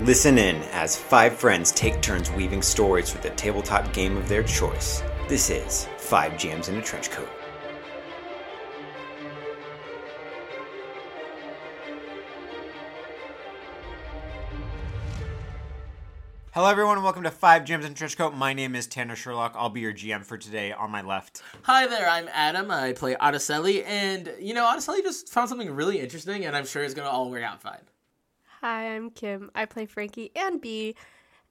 Listen in as five friends take turns weaving stories for the tabletop game of their choice. This is Five Jams in a Trench Coat. Hello, everyone, and welcome to Five Jams in a Trench Coat. My name is Tanner Sherlock. I'll be your GM for today. On my left, Hi there, I'm Adam. I play Otiselli, and you know, Otiselli just found something really interesting, and I'm sure it's gonna all work out fine. Hi, I'm Kim. I play Frankie and B.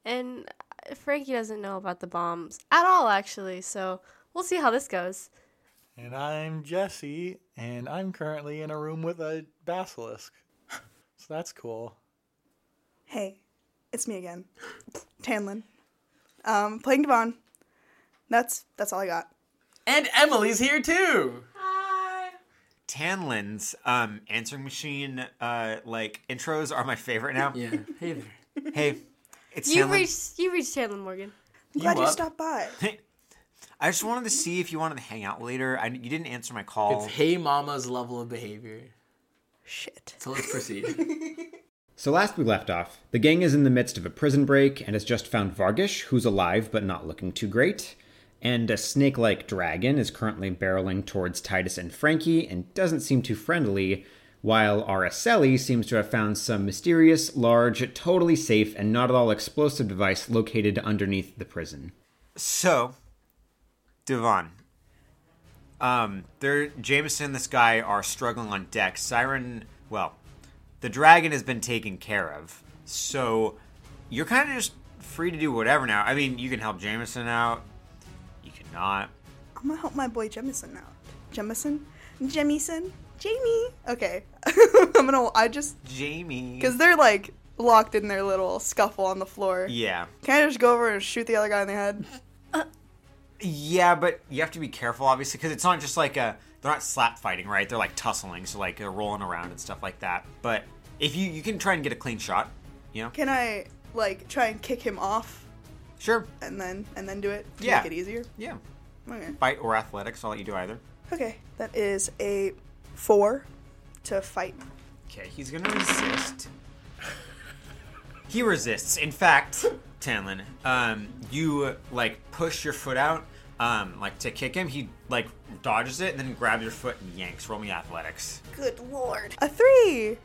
And Frankie doesn't know about the bombs at all, actually, so we'll see how this goes. And I'm Jesse, and I'm currently in a room with a basilisk. So that's cool. Hey, it's me again, Tanlin. Um, playing Devon. That's that's all I got. And Emily's here too. Tanlin's um, answering machine uh, like intros are my favorite now. Yeah. Hey there. Hey, it's You Tanlin. reached you reached Chandler Morgan. I'm glad you up? stopped by. I just wanted to see if you wanted to hang out later. I, you didn't answer my call. It's Hey Mama's level of behavior. Shit. So let's proceed. So last we left off, the gang is in the midst of a prison break and has just found Vargish, who's alive but not looking too great. And a snake like dragon is currently barreling towards Titus and Frankie and doesn't seem too friendly, while Araceli seems to have found some mysterious, large, totally safe, and not at all explosive device located underneath the prison. So, Devon, um, there, Jameson and this guy are struggling on deck. Siren, well, the dragon has been taken care of. So, you're kind of just free to do whatever now. I mean, you can help Jameson out. You cannot. I'm gonna help my boy Jemison out. Jemison? Jemison? Jamie? Okay. I'm gonna. I just Jamie. because they're like locked in their little scuffle on the floor. Yeah. Can I just go over and shoot the other guy in the head? Yeah, but you have to be careful, obviously, because it's not just like a. They're not slap fighting, right? They're like tussling, so like they're rolling around and stuff like that. But if you you can try and get a clean shot, you know, Can I like try and kick him off sure, and then and then do it? to Yeah. Make it easier. yeah, Okay. fight or athletics. I'll let you do either. Okay. That is a four to fight. Okay, he's gonna resist. he resists. In fact, Tanlin, um, you like push your foot out, um, like to kick him. He like dodges it and then grabs your foot and yanks. Roll me athletics. Good lord. A three.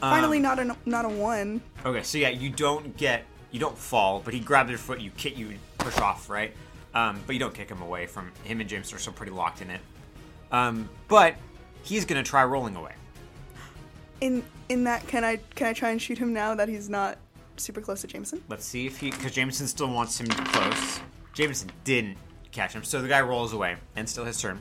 Finally, Um, not a not a one. Okay, so yeah, you don't get, you don't fall, but he grabs your foot, you kick, you push off, right? Um, but you don't kick him away from him and James are still pretty locked in it. Um, but he's gonna try rolling away. In in that, can I can I try and shoot him now that he's not super close to Jameson? Let's see if he, because Jameson still wants him close. Jameson didn't catch him, so the guy rolls away and still his turn.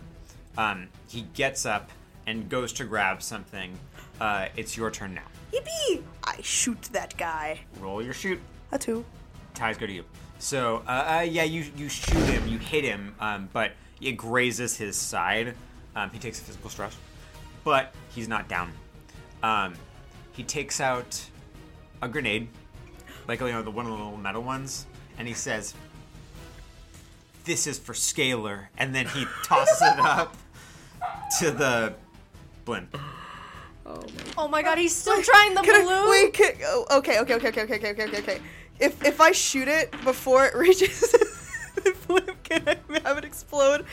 Um, he gets up and goes to grab something. Uh, it's your turn now. Yippee! I shoot that guy. Roll your shoot. A two. Ties go to you. So, uh, uh, yeah, you you shoot him, you hit him, um, but it grazes his side. Um, he takes a physical stress, but he's not down. Um, he takes out a grenade, like you know the one of the little metal ones, and he says, "This is for Scalar," and then he tosses it up to the blimp. Oh my god, he's still trying the Can I, balloon. wait, can, oh, okay, okay, okay, okay, okay, okay, okay, okay, okay. If if I shoot it before it reaches the blimp, can I have it explode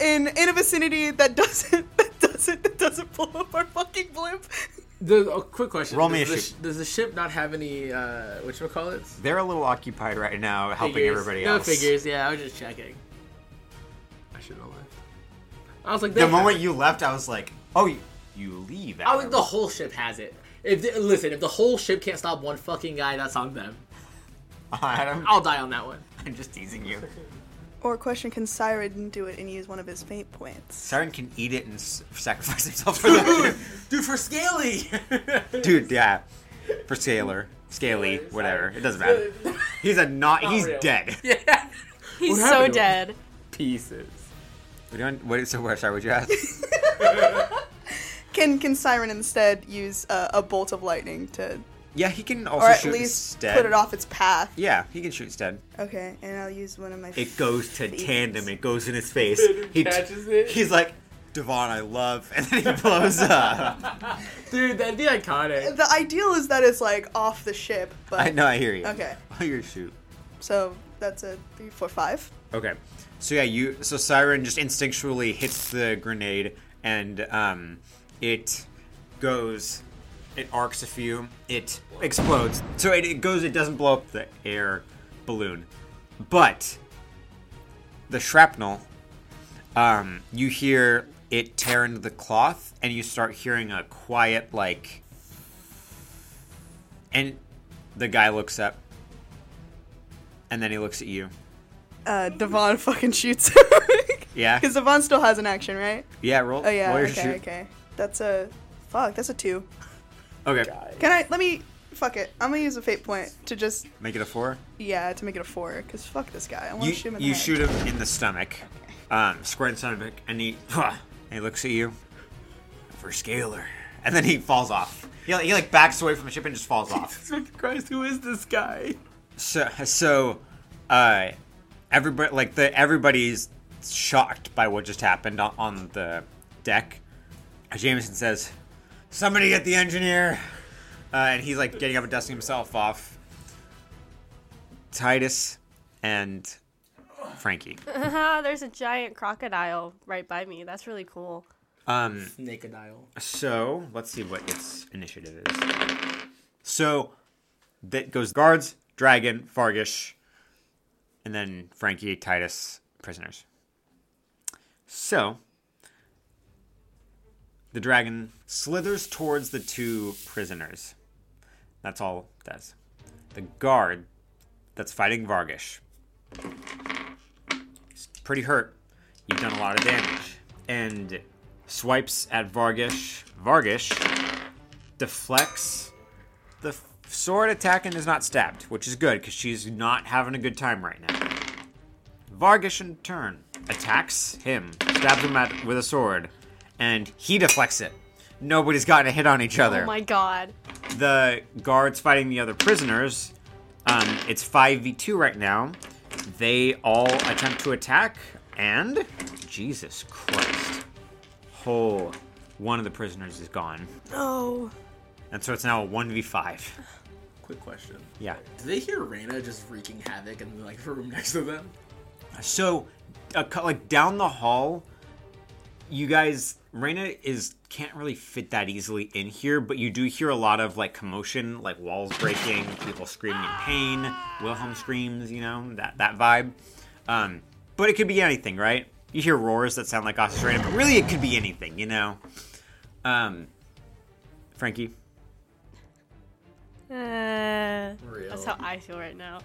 in in a vicinity that doesn't that doesn't that doesn't blow up our fucking blimp? Does, oh, quick question. Roll me does a the, shoot. sh- Does the ship not have any uh, which call it? They're a little occupied right now, helping everybody no else. figures. Yeah, I was just checking. I should have left. I was like, The they- moment you left, I was like, "Oh, you, you leave." I was Adam." the whole ship has it. If the, listen, if the whole ship can't stop one fucking guy, that's on them. Adam, I'll die on that one. I'm just teasing you. Or question: Can Siren do it and use one of his fate points? Siren can eat it and s- sacrifice himself for that. Dude, for Scaly. Dude, yeah. For Scalar. Scaly, whatever. It doesn't matter. He's a not, he's real. dead. he's What so happened to him? dead. Pieces. We don't, what, so where, sorry, would you ask? Can can Siren instead use a, a bolt of lightning to, Yeah, he can also or at shoot least instead. put it off its path? Yeah, he can shoot instead. Okay, and I'll use one of my. It goes to Please. tandem. It goes in his face. He t- catches it. He's like, Devon, I love, and then he blows up. Dude, that'd be iconic. The ideal is that it's like off the ship, but I know, I hear you. Okay. Oh, your shoot. so that's a three, four, five. Okay. So yeah, you so Siren just instinctually hits the grenade and um, it goes it arcs a few, it explodes. So it, it goes it doesn't blow up the air balloon. But the shrapnel um, you hear it tear into the cloth and you start hearing a quiet like and the guy looks up and then he looks at you. Uh, Devon fucking shoots him. Yeah. Because Devon still has an action, right? Yeah, roll. Oh yeah. roll your okay. shoot. Okay. That's a fuck. That's a two. Okay, Can I? Let me. Fuck it. I'm gonna use a fate point to just make it a four. yeah to make it a four. Cause fuck this guy. I want You, to shoot him. In you the head. shoot him in the stomach, um, square in the stomach, and he and he looks at you for scalar, and then he falls off. He, like- he like backs away from the ship and just falls off. Jesus Christ, who is this guy? So so, uh, everybody like the everybody's shocked by what just happened on, on the deck. Jameson says, "Somebody get the engineer," uh, and he's like getting up and dusting himself off. Titus and Frankie. Ah, there's a giant crocodile right by me. That's really cool. Oh Um, Naked Isle. So let's see what its initiative is. So that goes guards, dragon, Fargish, and then Frankie, Titus, prisoners. So the dragon slithers towards the two prisoners. That's all it does. The guard that's fighting Vargish. is pretty hurt. You've done a lot of damage. And swipes at Vargish. Vargish deflects the f- sword attack and is not stabbed, which is good because she's not having a good time right now. Vargish, in turn, attacks him, stabs him at, with a sword, and he deflects it. Nobody's gotten a hit on each other Oh my god. the guards fighting the other prisoners. Um, it's 5v2 right now. They all attempt to attack, and Jesus Christ. Whole one of the prisoners is gone. No. And so it's now a 1v5. Quick question. Yeah. Did they hear Reyna just wreaking havoc in like the room next to them? So, a, cou- like down the hall, you guys, Reyna is can't really fit that easily in here, but you do hear a lot of like commotion, like walls breaking, people screaming in pain, Wilhelm screams, you know that that vibe. Um, but it could be anything, right? You hear roars that sound like Austin's Reyna, but really it could be anything, you know. Um, Frankie, Uh, Real. that's how I feel right now.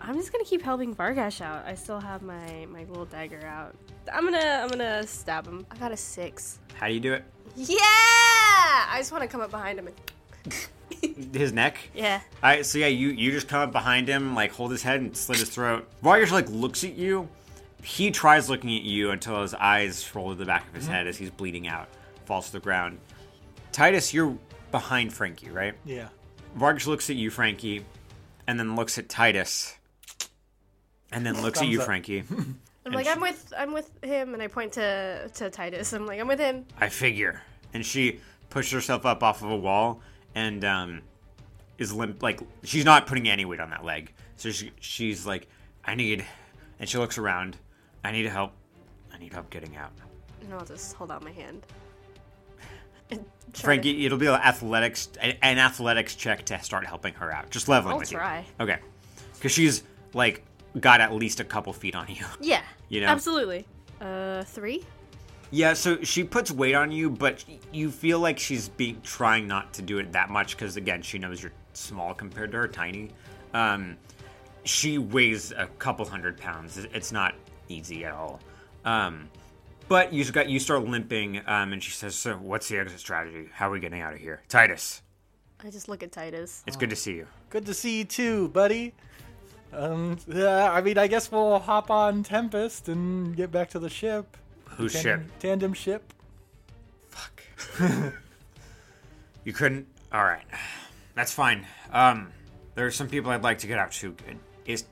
I'm just gonna keep helping Vargash out. I still have my my little dagger out. I'm gonna I'm gonna stab him. I got a six. how do you do it? Yeah! I just want to come up behind him and His neck. yeah. All right, so yeah, you you just come up behind him, like hold his head and slit his throat. Vargas like looks at you. He tries looking at you until his eyes roll to the back of Mm-hmm. his head as he's bleeding out, falls to the ground. Titus, you're behind Frankie, right? Yeah. Vargas looks at you, Frankie, and then looks at Titus, and then looks at Thumbs you, up. Mm-hmm. Frankie. I'm like she- I'm with I'm with him, and I point to to Titus. I'm like I'm with him. I figure. And she pushes herself up off of a wall and um, is limp. Like she's not putting any weight on that leg, so she, she's like, "I need." And she looks around. I need help. I need help getting out. And I'll just hold out my hand. And try to- Frankie, it'll be an athletics an athletics check to start helping her out. Just leveling I'll with try. you. Okay, because she's like got at least a couple feet on you. Yeah. You know. Absolutely. Uh, three. Yeah, so she puts weight on you, but you feel like she's be trying not to do it that much because again, she knows you're small compared to her tiny. Um, she weighs a couple hundred pounds. It- It's not easy at all. Um, but you got you start limping, um, and she says, "So, what's the exit strategy? How are we getting out of here, Titus? I just look at Titus. It's good to see you." Good to see you too, buddy. Um, yeah, I mean, I guess we'll hop on Tempest and get back to the ship. Who's ship? Tandem- Tandem ship. You couldn't. All right, that's fine. Um, there are some people I'd like to get out to. Is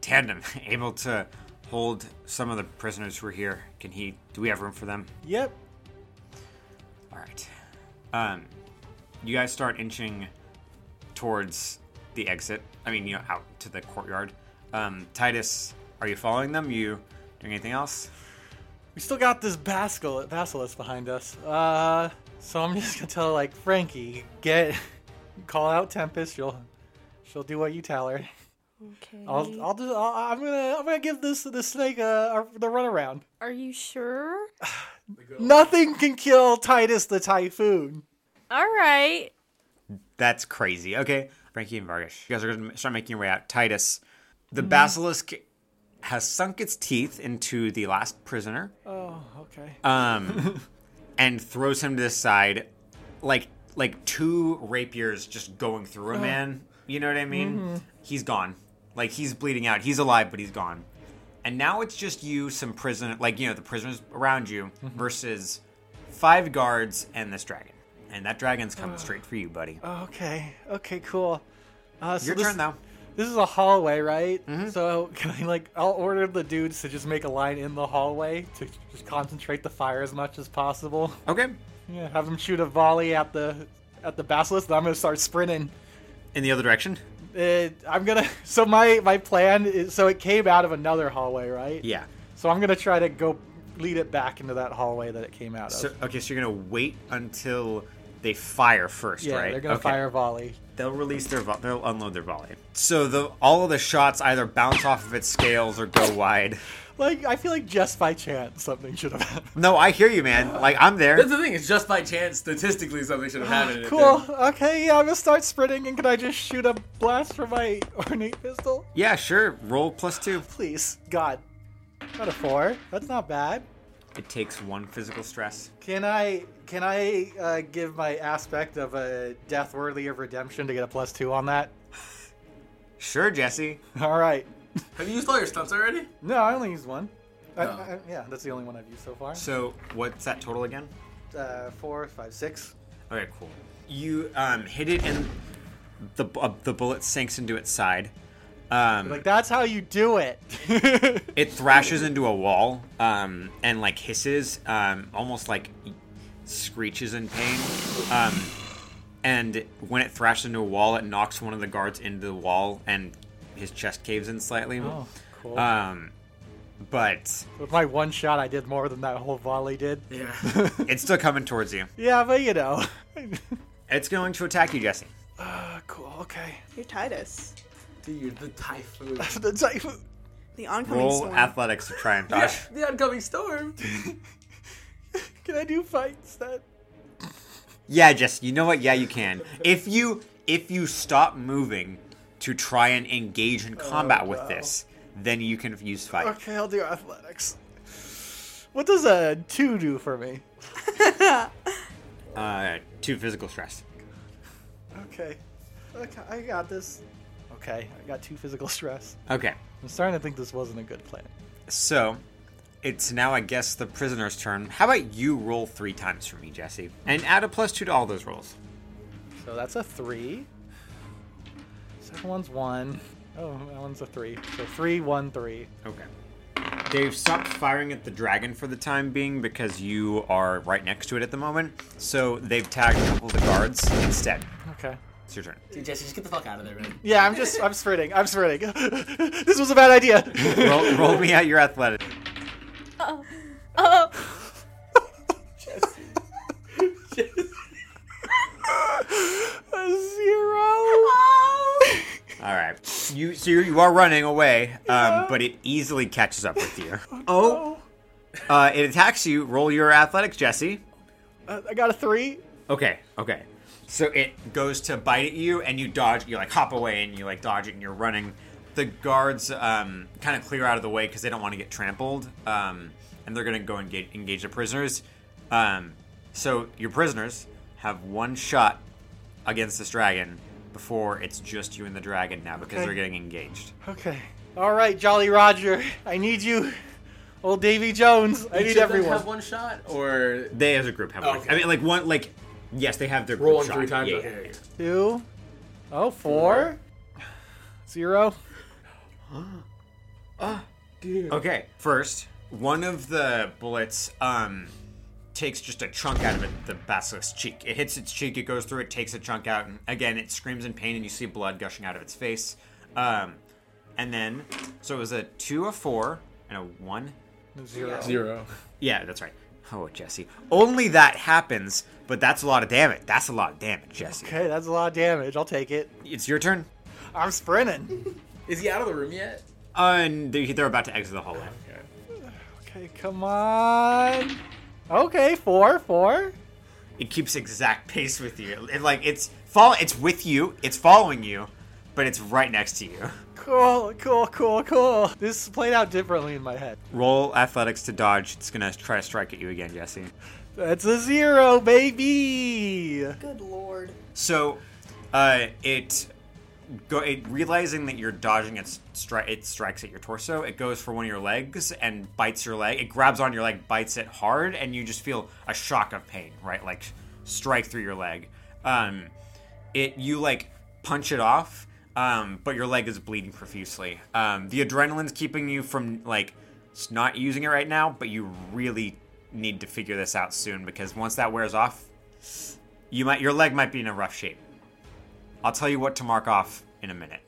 Tandem able to hold some of the prisoners who are here? Can he? Do we have room for them? Yep, All right. Um, you guys start inching towards the exit. I mean, you know, out to the courtyard. Um, Titus, are you following them? You doing anything else? We still got this basilisk, basilisk behind us. Uh, so I'm just gonna tell like Frankie, get, call out Tempest. She'll, she'll do what you tell her. Okay. Oh. I'll, I'll do. I'll, I'm gonna, I'm gonna give this this snake uh, the runaround. Are you sure? Nothing can kill Titus the Typhoon. All right. That's crazy. Okay, Frankie and Vargas, you guys are gonna start making your way out. Titus, the Mm-hmm. basilisk has sunk its teeth into the last prisoner. Oh, okay. um, and throws him to the side, like like two rapiers just going through a man. You know what I mean? Mm-hmm. He's gone. Like he's bleeding out. He's alive, but he's gone. And now it's just you, some prisoner, like you know the prisoners around you, Mm-hmm. versus five guards and this dragon. And that dragon's coming straight for you, buddy. okay. Okay. Cool. Uh, so Your this- turn though. Mm-hmm. This is a hallway, right? So can I like I'll order the dudes to just make a line in the hallway to just concentrate the fire as much as possible. Okay. Yeah, have them shoot a volley at the at the basilisk. Then I'm gonna start sprinting. In the other direction. Uh, I'm gonna. So my my plan is so it came out of another hallway, right? Yeah. So I'm gonna try to go lead it back into that hallway that it came out of. So okay, so you're gonna wait until they fire first, yeah, right? they're gonna okay. fire volley. they'll release their vo- they'll unload their volley. So the all of the shots either bounce off of its scales or go wide. Like I feel like just by chance something should have happened. No, I hear you, man. Like I'm That's there. the thing. It's just by chance. Statistically, something should have happened. Cool. Okay, yeah, I'm gonna start sprinting, and can I just shoot a blast from my ornate pistol? Yeah, sure. Roll plus two. Please, God, not a four. That's not bad. It takes one physical stress. Can I can I uh, give my aspect of a death worthy of redemption to get a plus two on that? Sure, Jesse. All right. Have you used all your stunts already? No, I only used one. I, Oh. I, yeah, that's the only one I've used so far. So what's that total again? Uh, four, five, six. Okay, cool. You um, hit it, and the bu- uh, the bullet sinks into its side. Um, Like that's how you do it. it thrashes into a wall um, and like hisses, um, almost like screeches in pain. Um, and when it thrashes into a wall, it knocks one of the guards into the wall, and his chest caves in slightly. oh, cool. Um, but With my one shot, I did more than that whole volley did. Yeah. it's still coming towards you. Yeah, but you know. It's going to attack you, Jesse. uh, cool. Okay. You're Titus. Dude, the typhoon. The typhoon. The oncoming Roll storm. athletics to try and Yeah, dodge. the oncoming storm. Can I do fights then? Yeah, Jesse. You know what? Yeah, you can. If you if you stop moving to try and engage in combat with wow. this, then you can use fight. Okay, I'll do athletics. What does a two do for me? Uh, two physical stress. Okay. Okay, I got this. Okay, I got two physical stress. Okay, I'm starting to think this wasn't a good plan. so it's now, I guess, the prisoner's turn. How about you roll three times for me, Jesse? And add a plus two to all those rolls. So that's a three. Second one's one. Oh, that one's a three. So three, one, three. Okay. They've stopped firing at the dragon for the time being because you are right next to it at the moment. So they've tagged a couple of the guards instead. Okay. It's your turn. Dude, Jesse, just get the fuck out of there, man. Yeah, I'm just, I'm sprinting. I'm sprinting. this was a bad idea. roll, roll me out your athletic. Oh, a zero. All right. You so you, you are running away, um, but it easily catches up with you. oh. Uh, it attacks you. Roll your athletics, Jesse. Uh, I got a three. Okay, okay. So it goes to bite at you, and you dodge. You like hop away, and you like dodge it, and you're running. The guards um, kind of clear out of the way because they don't want to get trampled, um, and they're gonna go and engage, engage the prisoners. Um, so your prisoners have one shot against this dragon before it's just you and the dragon now because Okay. they're getting engaged. Okay. All right, Jolly Roger. I need you. Old Davy Jones. I need Should they everyone. Have one shot, or They as a group have. Oh, one. okay. I mean, like one, like yes, they have their roll on group three shot. times. Yeah, okay, yeah, yeah, yeah. Two. Oh, four. Zero. Okay, first, one of the bullets um takes just a chunk out of it, the basilisk's cheek. It hits its cheek, it goes through, it takes a chunk out, and again, it screams in pain, and you see blood gushing out of its face. Um, and then, so it was a two, a four, and a one. Zero. Zero. Yeah, that's right. Oh, Jesse. Only that happens, but that's a lot of damage. That's a lot of damage, Jesse. Okay, that's a lot of damage. I'll take it. It's your turn. I'm sprinting. Is he out of the room yet? Uh, and they- they're about to exit the hallway. Okay, come on. Okay, four, four. It keeps exact pace with you. It, like it's follow. It's with you. It's following you, but it's right next to you. Cool, cool, cool, cool. This played out differently in my head. Roll athletics to dodge. It's gonna try to strike at you again, Jesse. That's a zero, baby. Good lord. So, uh, it go it realizing that you're dodging its stri- it strikes at your torso. It goes for one of your legs and bites your leg. It grabs on your leg, bites it hard, and you just feel a shock of pain, right? Like strike through your leg. Um, it you like punch it off, um, but your leg is bleeding profusely. Um, the adrenaline's keeping you from like s- not using it right now, but you really need to figure this out soon because once that wears off, you might your leg might be in a rough shape. I'll tell you what to mark off in a minute.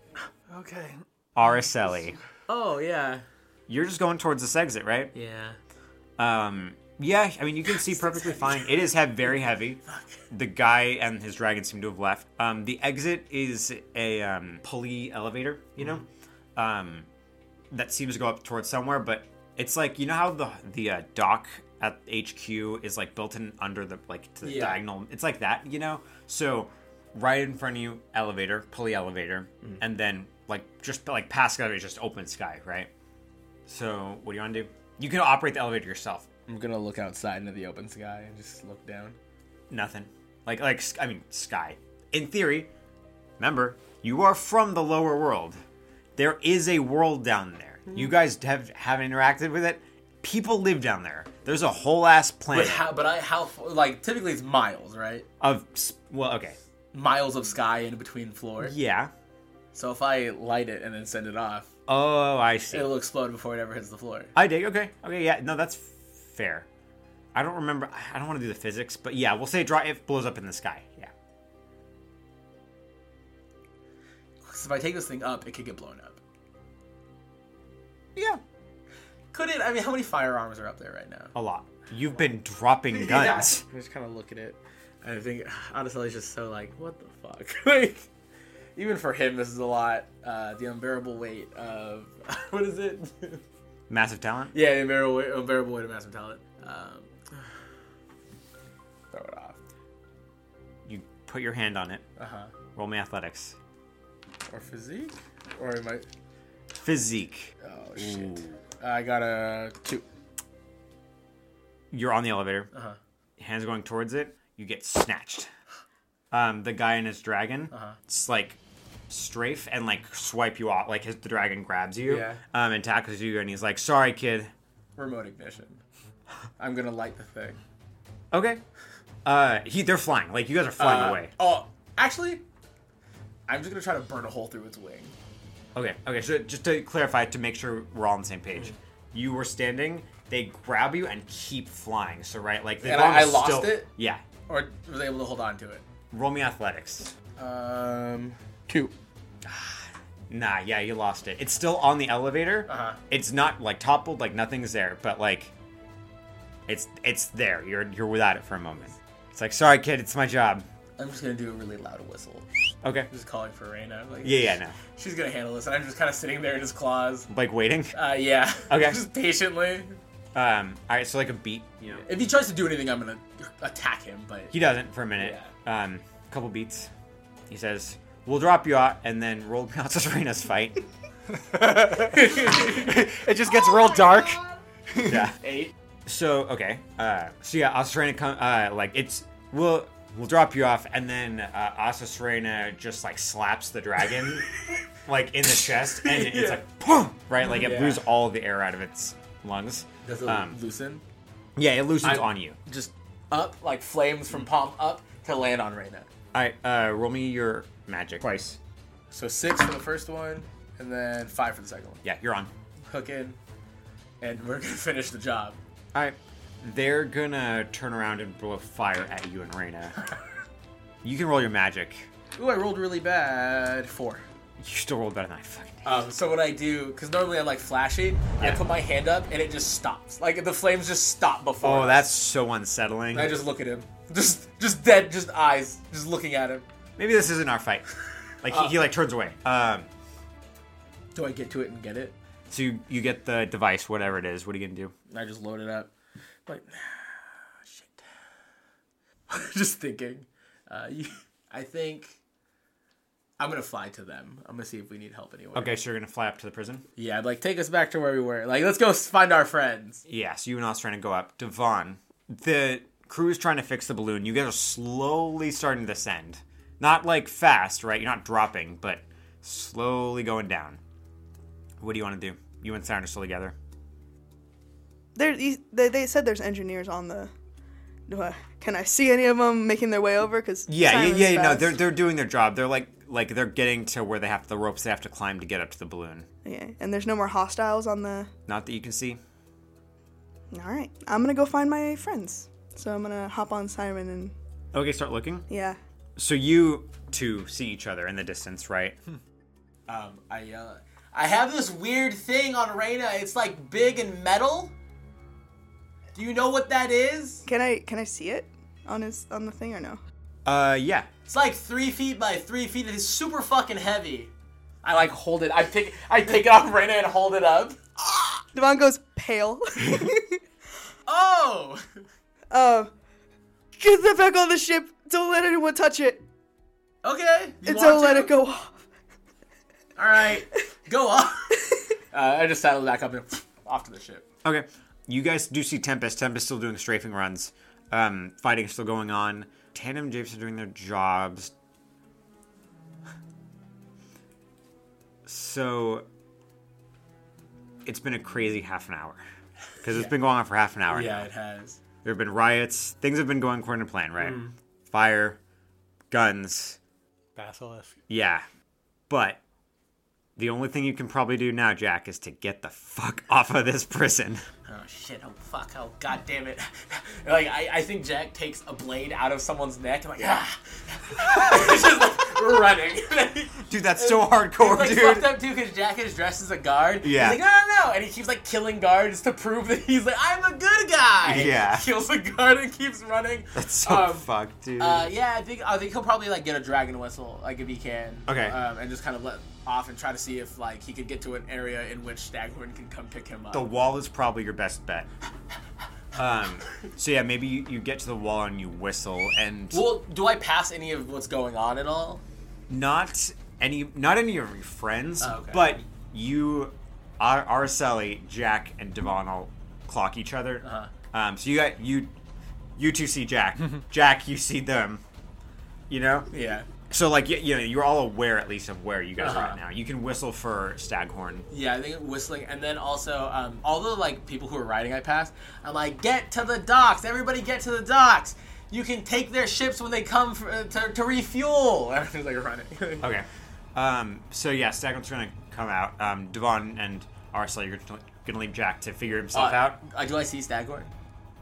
Okay. Araceli, Oh yeah, E. you're just going towards this exit, right? yeah. Um, yeah. I mean, you can see perfectly fine. It is have very heavy. The guy and his dragon seem to have left. Um, the exit is a um, pulley elevator. You know, um, that seems to go up towards somewhere, but it's like you know how the the uh, dock at HQ is like built in under the like to the Yeah. diagonal. It's like that, you know. So right in front of you, elevator, pulley elevator, and then like just like past elevator, just open sky, right? So what do you want to do? You can operate the elevator yourself. I'm gonna look outside into the open sky and just look down. Nothing. Like like s- I mean sky. In theory, remember you are from the lower world. There is a world down there. Hmm. You guys have haven't interacted with it. People live down there. There's a whole ass But planet how? But I how? f- Like typically it's miles, right? of s- well, okay, Miles of sky in between floor. yeah. So if I light it and then send it off, Oh, I see. it'll explode before it ever hits the floor. I dig. Okay, okay, yeah. No, that's fair. I don't remember. I- I don't want to do the physics, but yeah, we'll say it, dry, it blows up in the sky. Yeah. Because if I take this thing up, it could get blown up. Yeah. Could it? I mean, how many firearms are up there right now? A lot. You've been dropping guns. I'm just kind of looking at it. I think honestly, it's just so like, what the fuck? like, even for him, this is a lot. Uh, the unbearable weight of what is it? Massive talent. yeah, the unbearable weight, unbearable weight of massive talent. Um, throw it off. You put your hand on it. Uh huh. Roll me athletics. Or physique? Or am I? Physique. Oh shit! I got a two. You're on the elevator. Uh-huh. Hands going towards it. You get snatched. Um, the guy and his dragon. Uh-huh. It's like strafe and like swipe you off. Like his the dragon grabs you. Yeah. Um, and tackles you, and he's like, "Sorry, kid." Remote ignition. I'm gonna light the thing. Okay. Uh, he they're flying. Like you guys are flying Uh, away. Oh, actually, I'm just gonna try to burn a hole through its wing. Okay. Okay. So just to clarify, to make sure we're all on the same page, Mm-hmm. you were standing. They grab you and keep flying. So right, like the And I- bomb is I lost still- it? Yeah. Or was able to hold on to it. Roll me athletics. Um, two. Nah, yeah, you lost it. It's still on the elevator. Uh-huh. It's not like toppled, like nothing's there, but like it's it's there. You're you're without it for a moment. It's like, sorry kid, it's my job. I'm just gonna do a really loud whistle. Okay. Just calling for Raina. Like, Yeah, yeah, no. She's gonna handle this, and I'm just kind of sitting there in his claws. Like waiting. Uh, yeah. Okay. just patiently. Um, all right, so like a beat, you know. If he tries to do anything, I'm gonna attack him. But He doesn't for a minute. Um, a couple beats. He says, "We'll drop you out and then roll me out to Serena's fight." It just gets Oh real dark. yeah. Eight. So okay. Uh, so yeah, Asarena come uh, like it's we'll we'll drop you off, and then uh, Asarena just like slaps the dragon like in the chest, and it's like boom, right? Like it Yeah. blews all the air out of its lungs. does it um, loosen? Yeah, it loosens I- on you. Just up like flames from palm up to land on Raina. All right, uh, roll me your magic twice. So six for the first one, and then five for the second one. Yeah, you're on. Hook in, and we're gonna finish the job. All right. They're gonna turn around and blow fire at you and Reyna. you can roll your magic. Ooh, I rolled really bad. Four. You still rolled better than I fucking did. Um, so what I do, because normally I'm like flashy, I put my hand up and it just stops. Like the flames just stop before. Oh, us. that's so unsettling. And I just look at him, just just dead, just eyes, just looking at him. Maybe this isn't our fight. Like he, he like turns away. Um, Do I get to it and get it? so you, you get the device, whatever it is. What are you gonna do? And I just load it up. Like, shit. just thinking. Uh, you, I think I'm gonna fly to them. I'm gonna see if we need help anyway. Okay, so you're gonna fly up to the prison. Yeah, like take us back to where we were. Like, let's go s- find our friends. Yeah, so you and us trying to go up. Devon, the crew is trying to fix the balloon. You guys are slowly starting to descend. Not like fast, right? You're not dropping, but slowly going down. What do you want to do? You and Siren are still together. There, you- they, they said there's engineers on the. Do I- Can I see any of them making their way over? Because Yeah, yeah, yeah. No, they're they're doing their job. They're like like they're getting to where they have the ropes they have to climb to get up to the balloon. yeah. And there's no more hostiles on the. Not that you can see. All right, I'm gonna go find my friends. So I'm gonna hop on Simon and Okay, start looking. yeah. So you two see each other in the distance, right? Um, I yell. at- I have this weird thing on Reyna. It's like big and metal. Do you know what that is? Can I can I see it on his on the thing or no? Uh, yeah. It's like three feet by three feet. It is super fucking heavy. I like hold it. I pick. I pick it up Reyna and hold it up. Devon goes pale. Oh, Oh, get that back on the ship. Don't let anyone touch it. okay. You And want don't let to? it go off. All right, go on. uh, I just saddled back up and off to the ship. Okay. You guys do see Tempest. Tempest still doing strafing runs. Um, fighting still going on. Tandem and Japes are doing their jobs. So it's been a crazy half an hour because it's been going on for half an hour. now. it has. There have been riots. Things have been going according to plan, right? Fire, guns. Basilisk. Yeah. But the only thing you can probably do now, Jack, is to get the fuck off of this prison. Oh shit! Oh fuck! Oh god damn it! like I, I think Jack takes a blade out of someone's neck. I'm like ah, It's just like running. Dude, that's so hardcore, like dude. fucked up too because Jack is dressed as a guard. Yeah. He's like no no no, and he keeps like killing guards to prove that he's like I'm a good guy. Yeah. Kills a guard and keeps running. That's so Um, fucked, dude. Uh, yeah, I think I think he'll probably like get a dragon whistle, like if he can. Okay. Um, and just kind of let off and try to see if like he could get to an area in which Staghorn can come pick him up. the wall is probably your best bet. Um, so yeah, maybe you, you get to the wall and you whistle, and well, do I pass any of what's going on at all? not any, not any of your friends, Oh, okay. but you, Ar- Araceli, Jack, and Devon all clock each other. Uh-huh. Um, so you got you, you two see Jack. Jack, you see them. You know, Yeah. so like you, you know, you're all aware at least of where you guys are Uh-huh. at now. You can whistle for Staghorn. Yeah, I think whistling, and then also um, all the like people who are riding I passed. I'm like, get to the docks, everybody, get to the docks. You can take their ships when they come for, uh, to, to refuel. And I'm like running. Okay. Um, so yeah, Stagham's gonna come out. Um, Devon and Arsla, you're gonna- gonna leave Jack to figure himself out. Uh, do I see Staghorn?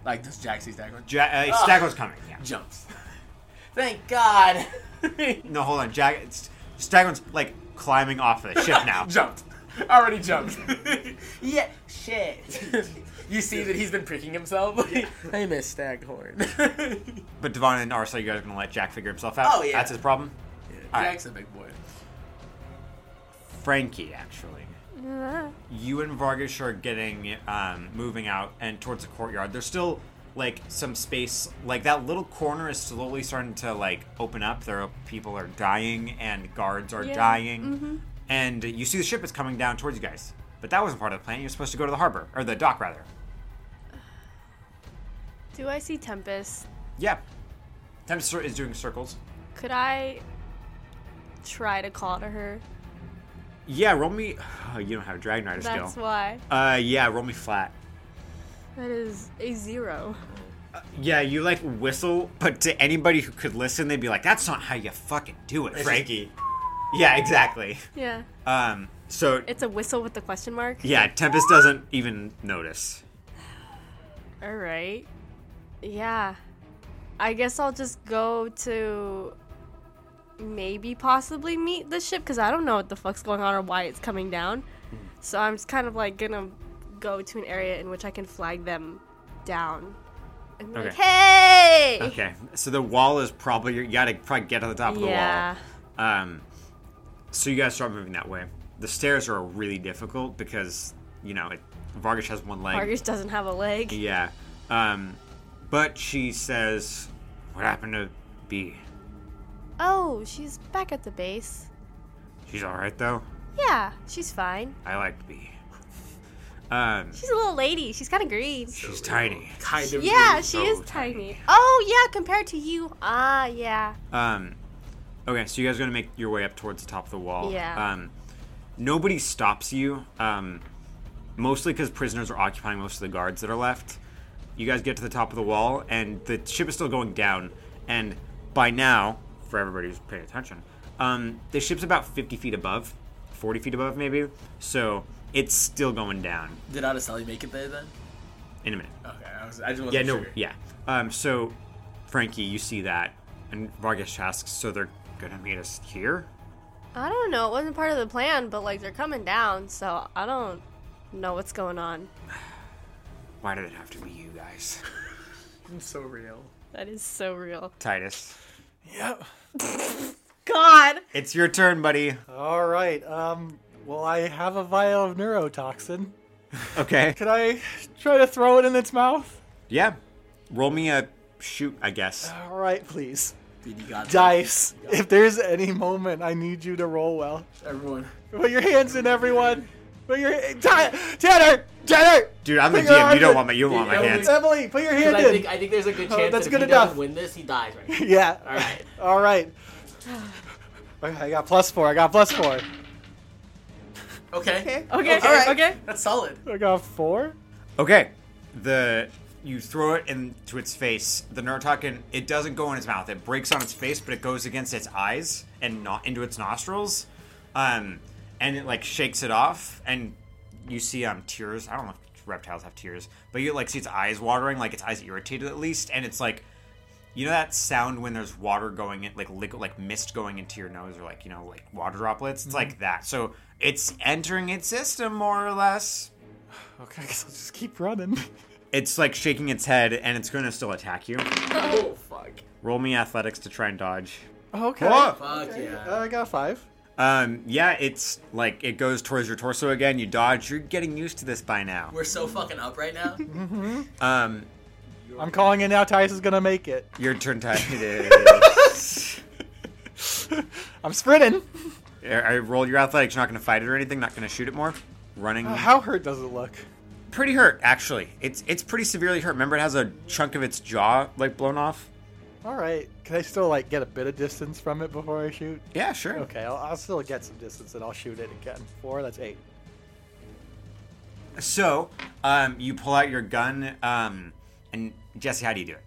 Like, does Jack see Staghorn? Jack, uh, Stagham's coming. Yeah. jumps. Thank God. No, hold on. Jack, it's- Stagham's like climbing off of the ship now. jumped. Already jumped. yeah. Shit. you see that he's been pricking himself. I miss Staghorn. But Devon and Arsla, you guys are gonna let Jack figure himself out. Oh, yeah. That's his problem. Jack's a big boy. Frankie, actually. You and Vargas are getting um, moving out and towards the courtyard. There's still like some space, like that little corner is slowly starting to like open up. There are people are dying and guards are Yeah, dying, and you see the ship is coming down towards you guys. But that wasn't part of the plan. You're supposed to go to the harbor or the dock rather. Do I see Tempest? Yeah, Tempest is doing circles. Could I try to call to her? Yeah, roll me. you don't have a dragon rider That's skill. why. Uh, yeah, roll me flat. That is a zero. Yeah, you like whistle, but to anybody who could listen, they'd be like, "That's not how you fucking do it, Frankie." yeah, exactly. Yeah. Um, so It's a whistle with the question mark. yeah, Tempest doesn't even notice. All right. Yeah. I guess I'll just go to maybe possibly meet the ship because I don't know what the fuck's going on or why it's coming down. Hmm. So I'm just kind of like gonna go to an area in which I can flag them down. And be like, Okay. hey! Okay, so the wall is probably you gotta probably get to the top of the Yeah. wall. Um, so you guys start moving that way. The stairs are really difficult because you know it, Vargas has one leg. Margus doesn't have a leg. Yeah, um, but she says, "What happened to B? Oh, she's back at the base. She's all right though. Yeah, she's fine. I liked B. Um, She's a little lady. She's kind of green. she's tiny. Kind of. Yeah, rude. she is tiny. Oh, yeah, compared to you. Ah, yeah. Um, okay, so you guys are gonna make your way up towards the top of the wall. Yeah. Um, nobody stops you, um, mostly because prisoners are occupying most of the guards that are left. You guys get to the top of the wall, and the ship is still going down. And by now, for everybody who's paying attention, um, the ship's about 50 feet above, 40 feet above maybe. So it's still going down Did Otiselli make it there then? in a minute. Okay, I, was, I just wasn't Yeah, no, sure. yeah. Um, so, Frankie, you see that, and Vargas asks, so they're gonna meet us here? I don't know. It wasn't part of the plan, but like they're coming down, so I don't know what's going on. Why did it have to be you guys? So real. That is so real. Titus. Yep. God. It's your turn, buddy. All right. Um. Well, I have a vial of neurotoxin. Okay. Could I try to throw it in its mouth? Yeah. Roll me a shoot, I guess. All right, please. Did you got Dice. If there's any moment I need you to roll well, everyone? put your hands in, everyone. Put your Ty- Tanner. Tanner. Dude, I'm the Put your DM. You arms don't in- want my you don't want my Yeah, hands. Emily, put your hand I in. think I think there's a good chance that that's if good he enough. doesn't win this, he dies right. now. Yeah. All right. All right. Okay, I got plus four. I got plus four. Okay. Okay. Okay. All right. Okay. That's solid. I got four. Okay. The you throw it into its face. The neurotoxin it doesn't go in its mouth. It breaks on its face, but it goes against its eyes and not into its nostrils. Um, and it like shakes it off, and you see um tears. I don't know if reptiles have tears, but you like see its eyes watering, like its eyes irritated at least, and it's like. You know that sound when there's water going in, like liquid, like mist going into your nose, or like you know, like water droplets. It's like that. So it's entering its system more or less, Okay, I guess I'll just keep running. it's like shaking its head and it's going to still attack you. Oh fuck. Roll me athletics to try and dodge. Okay. Fuck yeah. Uh, I got five. Um, yeah, it's like it goes towards your torso again. You dodge. You're getting used to this by now. We're so fucking up right now. Um, I'm calling it now. Tice is gonna make it. your turn time it is. I'm sprinting. I roll your athletics. You're not going to fight it or anything. Not going to shoot it more. Running. Uh, How hurt does it look? Pretty hurt, actually. It's it's pretty severely hurt. Remember, it has a chunk of its jaw like blown off. All right. Can I still like get a bit of distance from it before I shoot? Yeah, sure. Okay, I'll, I'll still get some distance and I'll shoot it again. Four. That's eight. So, um, you pull out your gun. Um, and Jesse, how do you do it?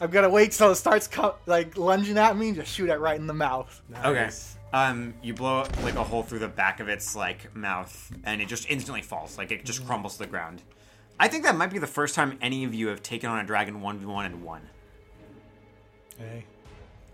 I'm gonna wait till it starts co- like lunging at me and just shoot it right in the mouth. Okay. Um, you blow like a hole through the back of its like mouth, and it just instantly falls. Like it just crumbles to the ground. I think that might be the first time any of you have taken on a dragon one v one and one. Hey.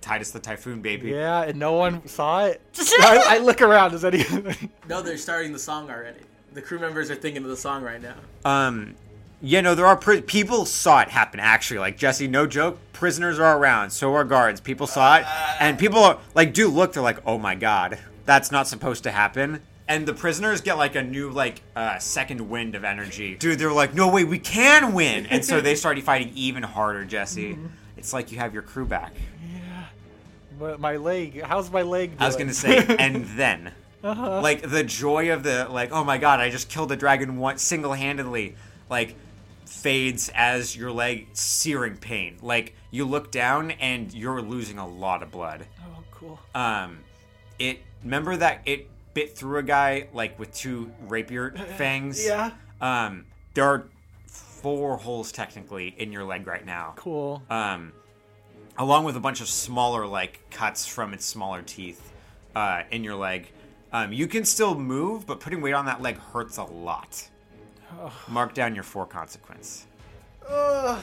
Titus the Typhoon, baby. Yeah, and no one saw it. I, I look around. Is any? No, they're starting the song already. The crew members are thinking of the song right now. Um, yeah, no, there are pri- people saw it happen. Actually, like Jesse, no joke. Prisoners are around, so are guards. People saw it, and people are, like do look. They're like, oh my god, that's not supposed to happen. And the prisoners get like a new like uh, second wind of energy. Dude, they're like, no way, we can win. And so they started fighting even harder. Jesse, it's like you have your crew back. But my leg. How's my leg? I was doing? gonna say, and then, like the joy of the like, oh my god, I just killed the dragon one single handedly, like fades as your leg searing pain. Like you look down and you're losing a lot of blood. Oh, cool. Um, it remember that it bit through a guy like with two rapier fangs. Yeah. Um, there are four holes technically in your leg right now Cool. um, along with a bunch of smaller like cuts from its smaller teeth uh, in your leg. Um, you can still move, but putting weight on that leg hurts a lot. Mark down your four consequence. Ugh,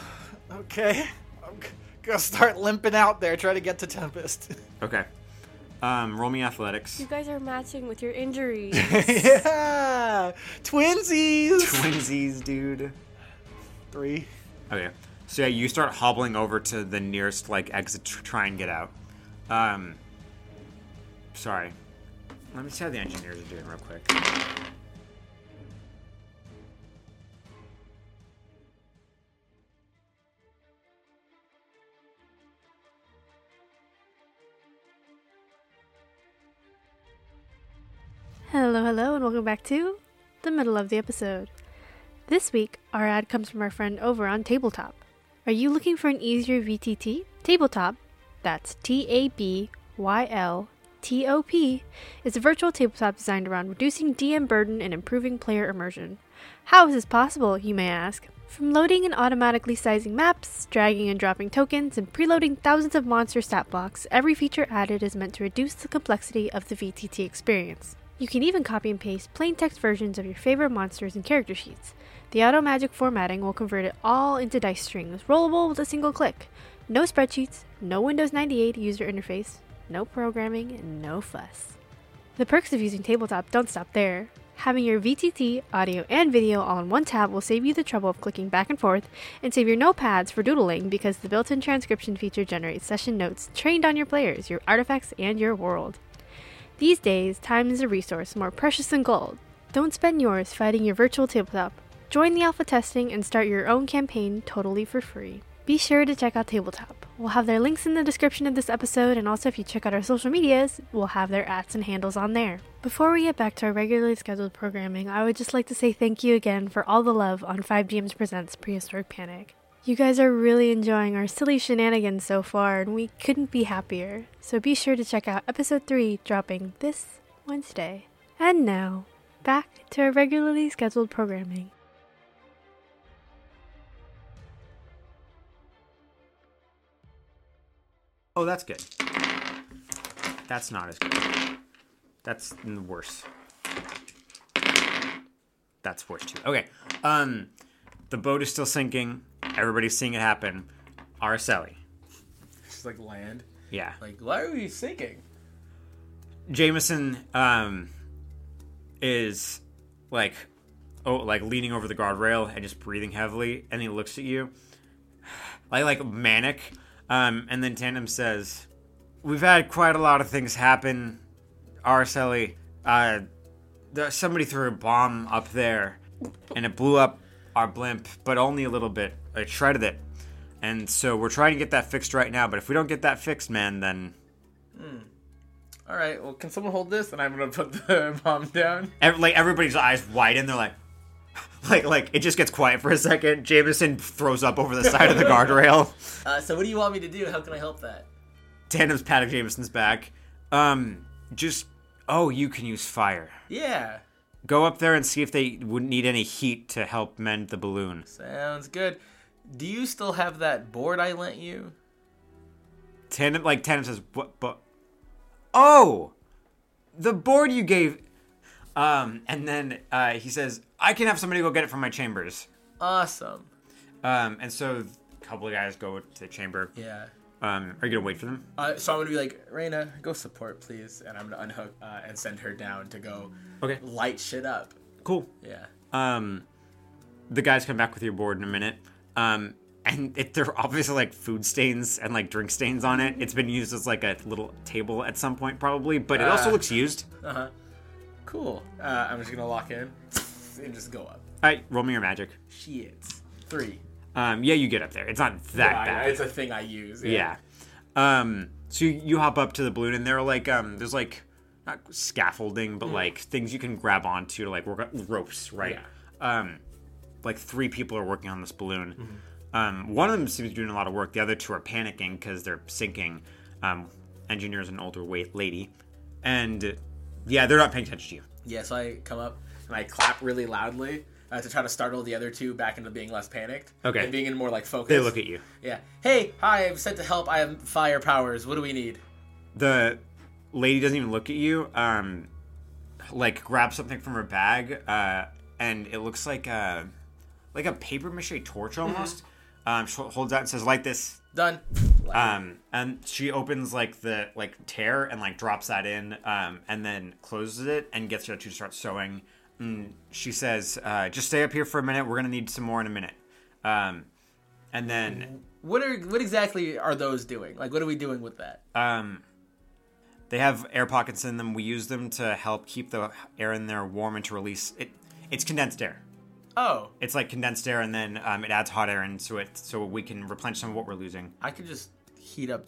okay. I'm g- gonna start limping out there, try to get to Tempest. Okay. Um, roll me athletics. You guys are matching with your injuries. yeah! Twinsies! Twinsies, dude. Three. Okay. So yeah, you start hobbling over to the nearest like exit to try and get out. Um. Sorry. Let me see how the engineers are doing real quick. Hello, hello, and welcome back to the middle of the episode. This week, our ad comes from our friend over on Tabletop. Are you looking for an easier VTT? Tabletop, that's T A B Y L T O P, is a virtual tabletop designed around reducing DM burden and improving player immersion. How is this possible, you may ask? From loading and automatically sizing maps, dragging and dropping tokens, and preloading thousands of monster stat blocks, every feature added is meant to reduce the complexity of the VTT experience. You can even copy and paste plain text versions of your favorite monsters and character sheets. The auto magic formatting will convert it all into dice strings, rollable with a single click. No spreadsheets, no Windows 98 user interface, no programming, and no fuss. The perks of using Tabletop don't stop there. Having your VTT, audio, and video all in one tab will save you the trouble of clicking back and forth and save your notepads for doodling because the built in transcription feature generates session notes trained on your players, your artifacts, and your world. These days, time is a resource more precious than gold. Don't spend yours fighting your virtual tabletop. Join the alpha testing and start your own campaign totally for free. Be sure to check out Tabletop. We'll have their links in the description of this episode, and also if you check out our social medias, we'll have their ads and handles on there. Before we get back to our regularly scheduled programming, I would just like to say thank you again for all the love on 5GMs Presents Prehistoric Panic. You guys are really enjoying our silly shenanigans so far, and we couldn't be happier. So be sure to check out episode 3 dropping this Wednesday. And now, back to our regularly scheduled programming. Oh, that's good. That's not as good. That's n- worse. That's worse too. Okay. Um, the boat is still sinking. Everybody's seeing it happen. Araceli. Just like land. E. Yeah. Like, why are we sinking? Jameson um, is like, oh, like leaning over the guardrail and just breathing heavily, and he looks at you, like like manic. Um, and then Tandem says, "We've had quite a lot of things happen. Araceli, uh, there, somebody threw a bomb up there, and it blew up our blimp, but only a little bit. It shredded it." And so we're trying to get that fixed right now, but if we don't get that fixed, man, then All right, well, can someone hold this? And I'm gonna put the bomb down. Ev- like everybody's eyes widen. They're like, like, like it just gets quiet for a second. Jameson throws up over the side of the guardrail. Uh, so what do you want me to do? How can I help that? Tandem's patting Jameson's back. Um, just oh, you can use fire. Yeah, Go up there and see if they wouldn't need any heat to help mend the balloon. sounds good. Do you still have that board I lent you? Tandem, like Tandem says, what? But oh, the board you gave. Um, and then uh, he says, I can have somebody go get it from my chambers. Awesome. Um, and so a couple of guys go to the chamber. Yeah. Um, are you gonna wait for them? Uh, so I'm gonna be like, Reina, go support, please, and I'm gonna unhook uh, and send her down to go Okay. light shit up. Cool. Yeah. Um, the guys come back with your board in a minute. Um, and it, they're obviously like food stains and like drink stains on it. It's been used as like a little table at some point, probably, but it also Ah. looks used. Cool. Uh, I'm just gonna lock in and just go up. All right, roll me your magic. Shit. Three. Um, yeah, you get up there. It's not that Yeah, bad. It's a thing I use. Yeah. Um, so you, you hop up to the balloon, and there are like um, there's like not scaffolding, but like things you can grab onto to like work up- ropes, right? Um, like three people are working on this balloon. Um, one of them seems to be doing a lot of work. The other two are panicking because they're sinking. Um, engineer's an older wait lady, and uh, yeah, they're not paying attention to you. Yeah, so I come up and I clap really loudly uh, to try to startle the other two back into being less panicked. Okay. And being in more like focus. They look at you. Yeah. Hey, hi, I'm sent to help. I have fire powers. What do we need? the lady doesn't even look at you um like grabs something from her bag uh and it looks like a like a paper mache torch almost. Um, she holds out and says, "Like this." Done. Um, and she opens like the like tear and like drops that in, um, and then closes it and gets her to start sewing. And she says, uh, "Just stay up here for a minute. We're gonna need some more in a minute." Um, and then What are what exactly are those doing? Like, what are we doing with that? um, they have air pockets in them. We use them to help keep the air in there warm and to release it. It's condensed air. Oh, It's like condensed air, and then um, it adds hot air into it, so we can replenish some of what we're losing. I could just heat up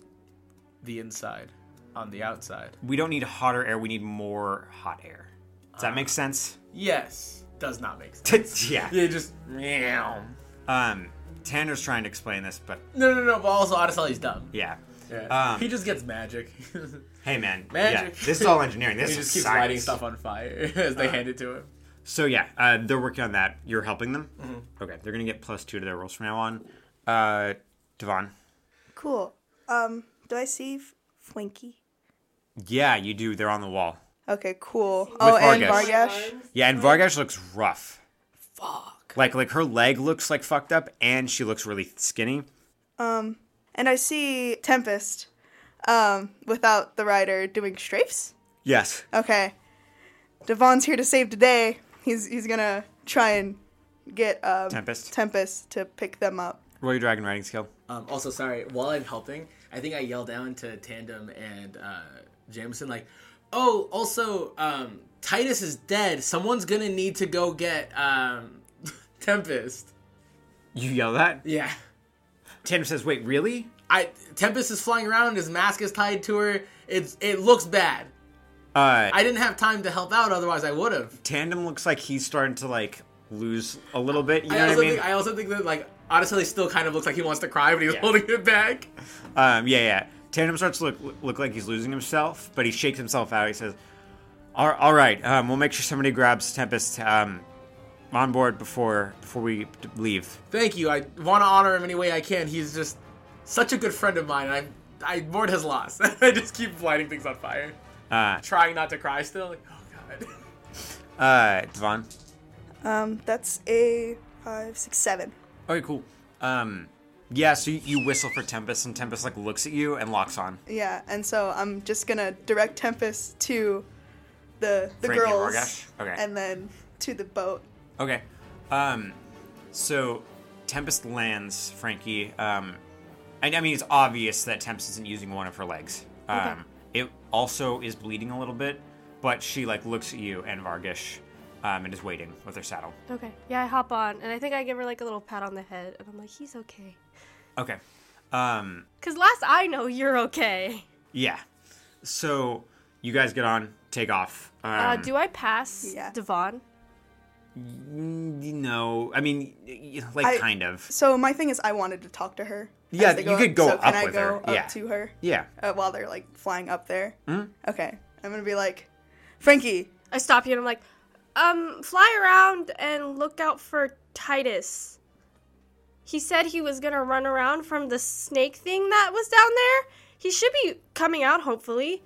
the inside on the outside. We don't need hotter air. We need more hot air. Does Ah. that make sense? Yes, does not make sense. yeah. They just meow. Um, Tanner's trying to explain this, but No, no, no. But also, Articelli's dumb. yeah. Yeah. Um, he just gets magic. Hey, man. Magic. Yeah, this is all engineering. This he is just keeps science. lighting stuff on fire as they hand it to him. So yeah, uh, they're working on that. You're helping them. Mm-hmm. Okay, they're gonna get plus two to their rolls from now on. Uh, Devon. Cool. Um, do I see F- Flinky? Yeah, you do. They're on the wall. Okay, cool. oh, and Vargas. Vargash. Yeah, Oh. and Vargash looks rough. Fuck. Like like her leg looks like fucked up, and she looks really skinny. And I see Tempest um, without the rider doing strafes. Yes. Okay. Devon's here to save today. He's he's gonna try and get um, Tempest. Tempest to pick them up. Roll your dragon riding skill. Um, also, sorry, while I'm helping, I think I yelled down to Tandem and uh, Jameson, like, oh, also, um, Titus is dead. Someone's going to need to go get um, Tempest. You yell that. Yeah. Tanner says, "Wait, really?" I Tempest is flying around. His mask is tied to her. It's It looks bad. Uh, I didn't have time to help out, otherwise, I would have. Tandem looks like he's starting to like lose a little bit. You know what I, I also mean? think- I also think that, like, Honestly, still kind of looks like he wants to cry, but he's holding it back. Um, yeah, yeah. Tandem starts to look look like he's losing himself, but he shakes himself out. He says, "All, all right, um, we'll make sure somebody grabs Tempest um, on board before before we d- leave." Thank you. I want to honor him any way I can. He's just such a good friend of mine. and I I mourn his loss. I just keep lighting things on fire, Uh, trying not to cry. Still, like, oh god. uh, Devon. Um, that's a five, six, seven. Okay, cool. Um, yeah, so you, you whistle for Tempest, and Tempest like looks at you and locks on. Yeah, and so I'm just gonna direct Tempest to the the Frankie and girls, Vargash? Okay. and then to the boat. Okay. Um, so Tempest lands Frankie. Um, and I mean, it's obvious that Tempest isn't using one of her legs. Um, It also is bleeding a little bit, but she like looks at you and Vargish, um, and is waiting with her saddle. Okay. Yeah, I hop on, and I think I give her like a little pat on the head, and I'm like, he's okay. Okay. Um, Cause last I know, you're okay. yeah. So you guys get on, take off. Um, Uh, do I pass Yeah. Devon? no, Um, I mean, y- y- like I- kind of. So my thing is, I wanted to talk to her. as Yeah, they you could go so Can up I with go her, up yeah. to her Yeah. uh, while they're like flying up there? Okay, I'm gonna be like, Frankie, I stop you, and I'm like, um, fly around and look out for Titus. He said he was gonna run around from the snake thing that was down there. He should be coming out, hopefully.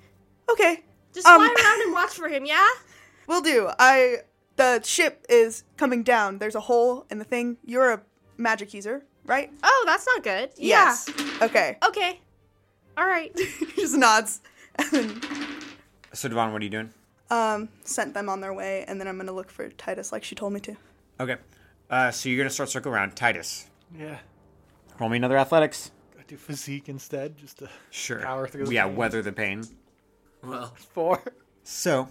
okay, Just Um, fly around and watch for him, yeah? Will do. I the ship is coming down. There's a hole in the thing. You're a magic user, right? Oh, that's not good. Yes. Okay. Yeah. Okay. All right. He just nods. and So Devon, what are you doing? um, sent them on their way, and then I'm gonna look for Titus, like she told me to. Okay. Uh, so you're gonna start circle around Titus. Yeah. Roll me another athletics. I do physique instead, just to Sure. power through. the yeah, pain. weather the pain. Well, Four. So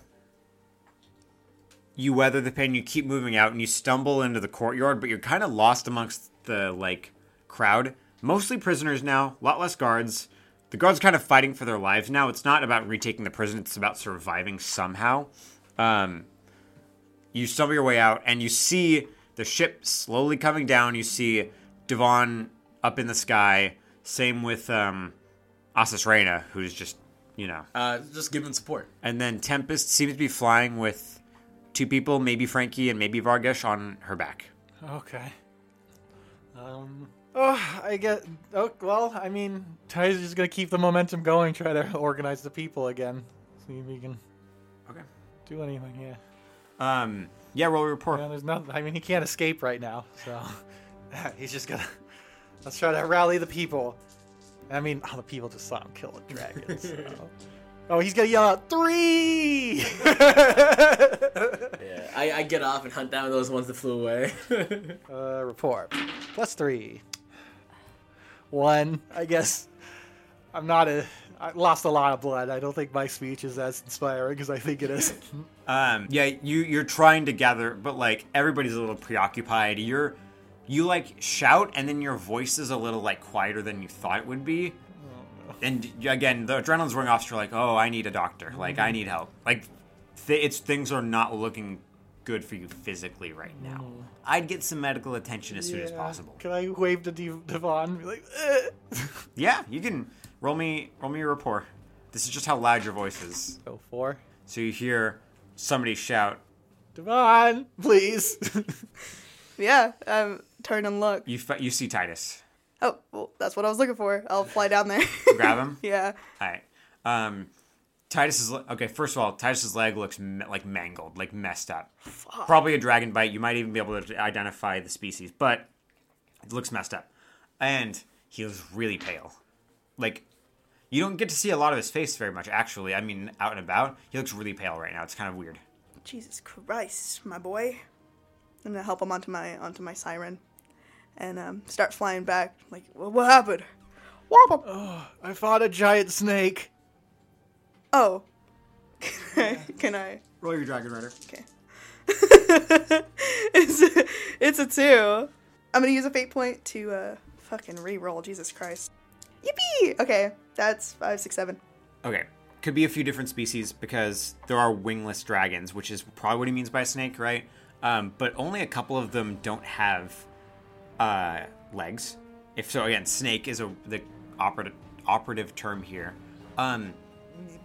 you weather the pain, you keep moving out, and you stumble into the courtyard, but you're kind of lost amongst the like crowd. Mostly prisoners now, a lot less guards. The guards are kind of fighting for their lives now. It's not about retaking the prison; it's about surviving somehow. Um, you stumble your way out, and you see the ship slowly coming down. You see Devon up in the sky. Same with um, Asus Reyna, who's just you know uh, just give him support. and then Tempest seems to be flying with two people, maybe Frankie and maybe Vargesh, on her back. Okay. Um. Oh, I get. Oh, well, I mean, Ty's just gonna keep the momentum going, try to organize the people again, see if he can Okay. do anything. Yeah. Um, Yeah, roll a report. Yeah, there's nothing. I mean, he can't escape right now, so he's just gonna. Let's try to rally the people. I mean, all the people just saw him kill a dragon. So. oh, he's gonna yell out three. Yeah, I, I get off and hunt down those ones that flew away. uh, report plus three. One, I guess. I'm not a. I lost a lot of blood. I don't think my speech is as inspiring as I think it is. Um, yeah, you you're trying to gather, but like everybody's a little preoccupied. You're you like shout, and then your voice is a little like quieter than you thought it would be. And y- again, the adrenaline's wearing off. So you're like, oh, I need a doctor. Like Mm-hmm. I need help. Like th- it's things are not looking good for you physically right now. I'd get some medical attention as soon as Mm. Yeah. possible. Can I wave to Div- Devon? and Be like, "Eh." Yeah, you can roll me roll me your rapport. This is just how loud your voice is. go for So you hear somebody shout. Devon, please. Yeah, um, turn and look. You f- you see Titus. Oh, well, that's what I was looking for. I'll fly down there. Grab him. yeah. All right. Um, Titus's le- okay. First of all, Titus's leg looks m like mangled, like messed up. Probably a dragon bite. You might even be able to identify the species, but it looks messed up, and he was really pale. Like you don't get to see a lot of his face very much, actually. I mean, out and about, he looks really pale right now. It's kind of weird. Jesus Christ, my boy. I'm gonna help him onto my onto my siren, and um, start flying back. Like, "Wha- what happened? Whop up. I fought a giant snake. Oh, can I? Can I? Roll your dragon rider. Okay. it's a, it's a two. I'm gonna use a fate point to uh fucking re-roll. Jesus Christ. Yippee! Okay, that's five, six, seven. Okay. Could be a few different species because there are wingless dragons, which is probably what he means by snake, right? Um, but only a couple of them don't have uh, legs. If so, again, snake is a the operative operative term here. Um,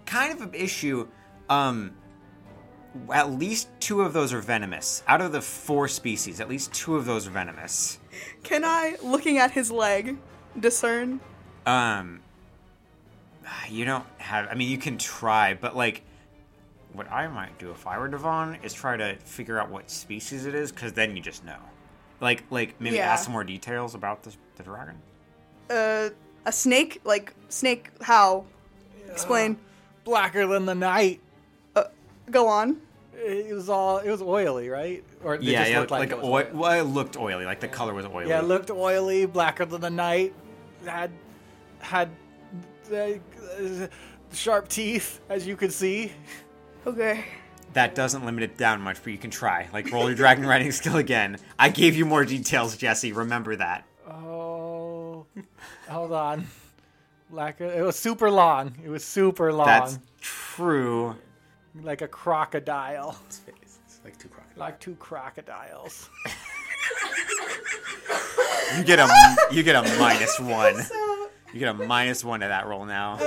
kind of an issue. Um, at least two of those are venomous. Out of the four species, at least two of those are venomous. Can I, looking at his leg, discern? Um, you don't have. I mean, you can try, but like, what I might do if I were Devon is try to figure out what species it is, because then you just know. Like, like maybe Yeah. ask some more details about the, the dragon. Uh, a snake? Like snake? How? Explain. Blacker than the night. Uh, Go on. It was all. It was oily, right? Or it yeah, just yeah, looked like, like, like, it was oil. Well, it looked oily. Like the color was oily. Yeah, it looked oily, blacker than the night. Had had uh, sharp teeth, as you could see. Okay. That doesn't limit it down much, but you can try. Like, roll your dragon riding skill again. I gave you more details, Jesse. Remember that. Oh, hold on. Blacker. It was super long. It was super long, That's true. like a crocodile, It's face. It's like two crocodiles. like two crocodiles. You get a you get a minus one. You get a minus one to that roll now.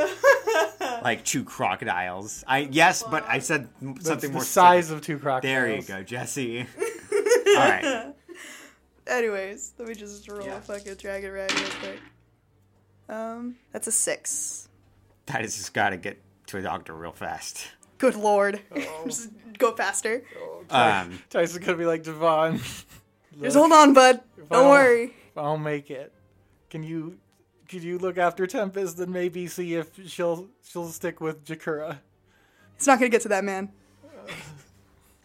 Like two crocodiles. I yes, but I said m- That's something the more size specific. of two crocodiles. There you go, Jesse. All right, Anyways, let me just roll Yeah. a fucking dragon rag real quick. Um, that's a six. that has just got to get to a doctor real fast. Good lord. just go faster. Um, Tyson's gonna be like Devon. Just hold on, bud. Don't Well- worry. I'll make it. Can you could you look after Tempest and maybe see if she'll she'll stick with Jakura? It's not gonna get to that man. okay,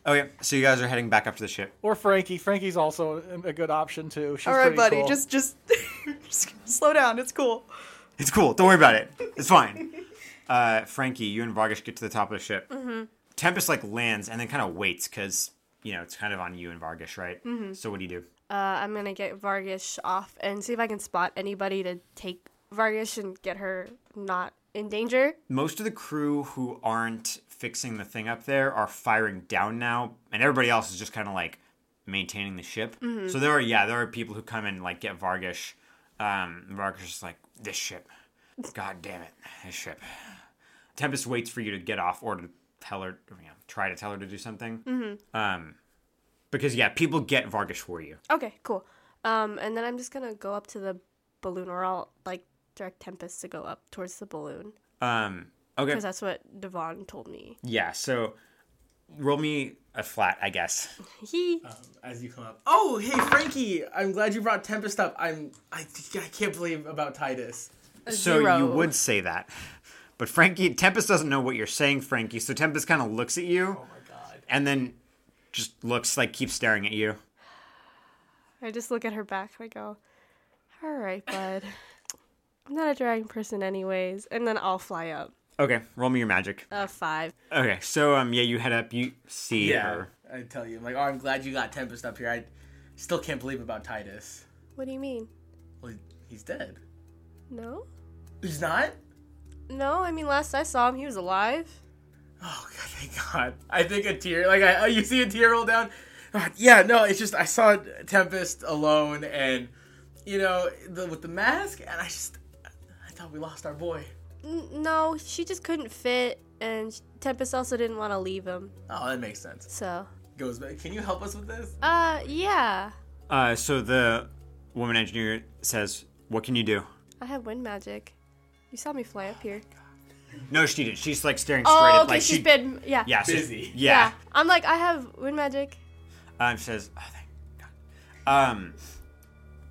oh, so you guys are heading back up to the ship. Or Frankie. Frankie's also a good option too. She's All right, pretty buddy. cool. Just, just, just slow down. It's cool. It's cool. Don't worry about it. It's fine. Uh, Frankie, you and Vargish get to the top of the ship. Tempest like lands and then kind of waits because you know it's kind of on you and Vargish, right? So what do you do? Uh, I'm gonna get Vargish off and see if I can spot anybody to take Vargish and get her not in danger. most of the crew who aren't fixing the thing up there are firing down now, and everybody else is just kind of like maintaining the ship. So there are yeah, there are people who come and like get Vargish. Um, Vargish is like this ship, god damn it, this ship. Tempest waits for you to get off or to tell her, you know, try to tell her to do something. Um, because yeah, people get Vargish for you. Okay, cool. Um, and then I'm just gonna go up to the balloon, or I'll like direct Tempest to go up towards the balloon Um, okay, because that's what Devon told me. yeah. So roll me a flat, I guess. He. as you come up. Oh, hey Frankie! I'm glad you brought Tempest up. I'm I, I can't believe about Titus. So you zero. would say that. But Frankie, Tempest doesn't know what you're saying, Frankie. So Tempest kind of looks at you. And then just looks like keeps staring at you. I just look at her back and I go, all right, bud. I'm not a dragon person, anyways. And then I'll fly up. Okay, roll me your magic. A five. Okay, so um, yeah, you head up, you see her. I tell you, I'm like, oh, I'm glad you got Tempest up here. I still can't believe about Titus. What do you mean? Well, he- he's dead. No? He's not. No, I mean, last I saw him, he was alive. Oh God, thank God! I think a tear, like I, you see a tear roll down. God, yeah, no, it's just I saw Tempest alone, and you know, the, with the mask, and I just, I thought we lost our boy. N- no, she just couldn't fit, and Tempest also didn't want to leave him, Oh, that makes sense. so. Goes back. Can you help us with this? Uh, yeah. Uh, so the woman engineer says, "What can you do?" I have wind magic. You saw me fly up here. No, she did. She's like staring straight Oh, at okay, like she's she. been. Yeah. yeah, so- Busy. Yeah. I'm like, I have wind magic. Um, she says, "Oh, thank God." Um,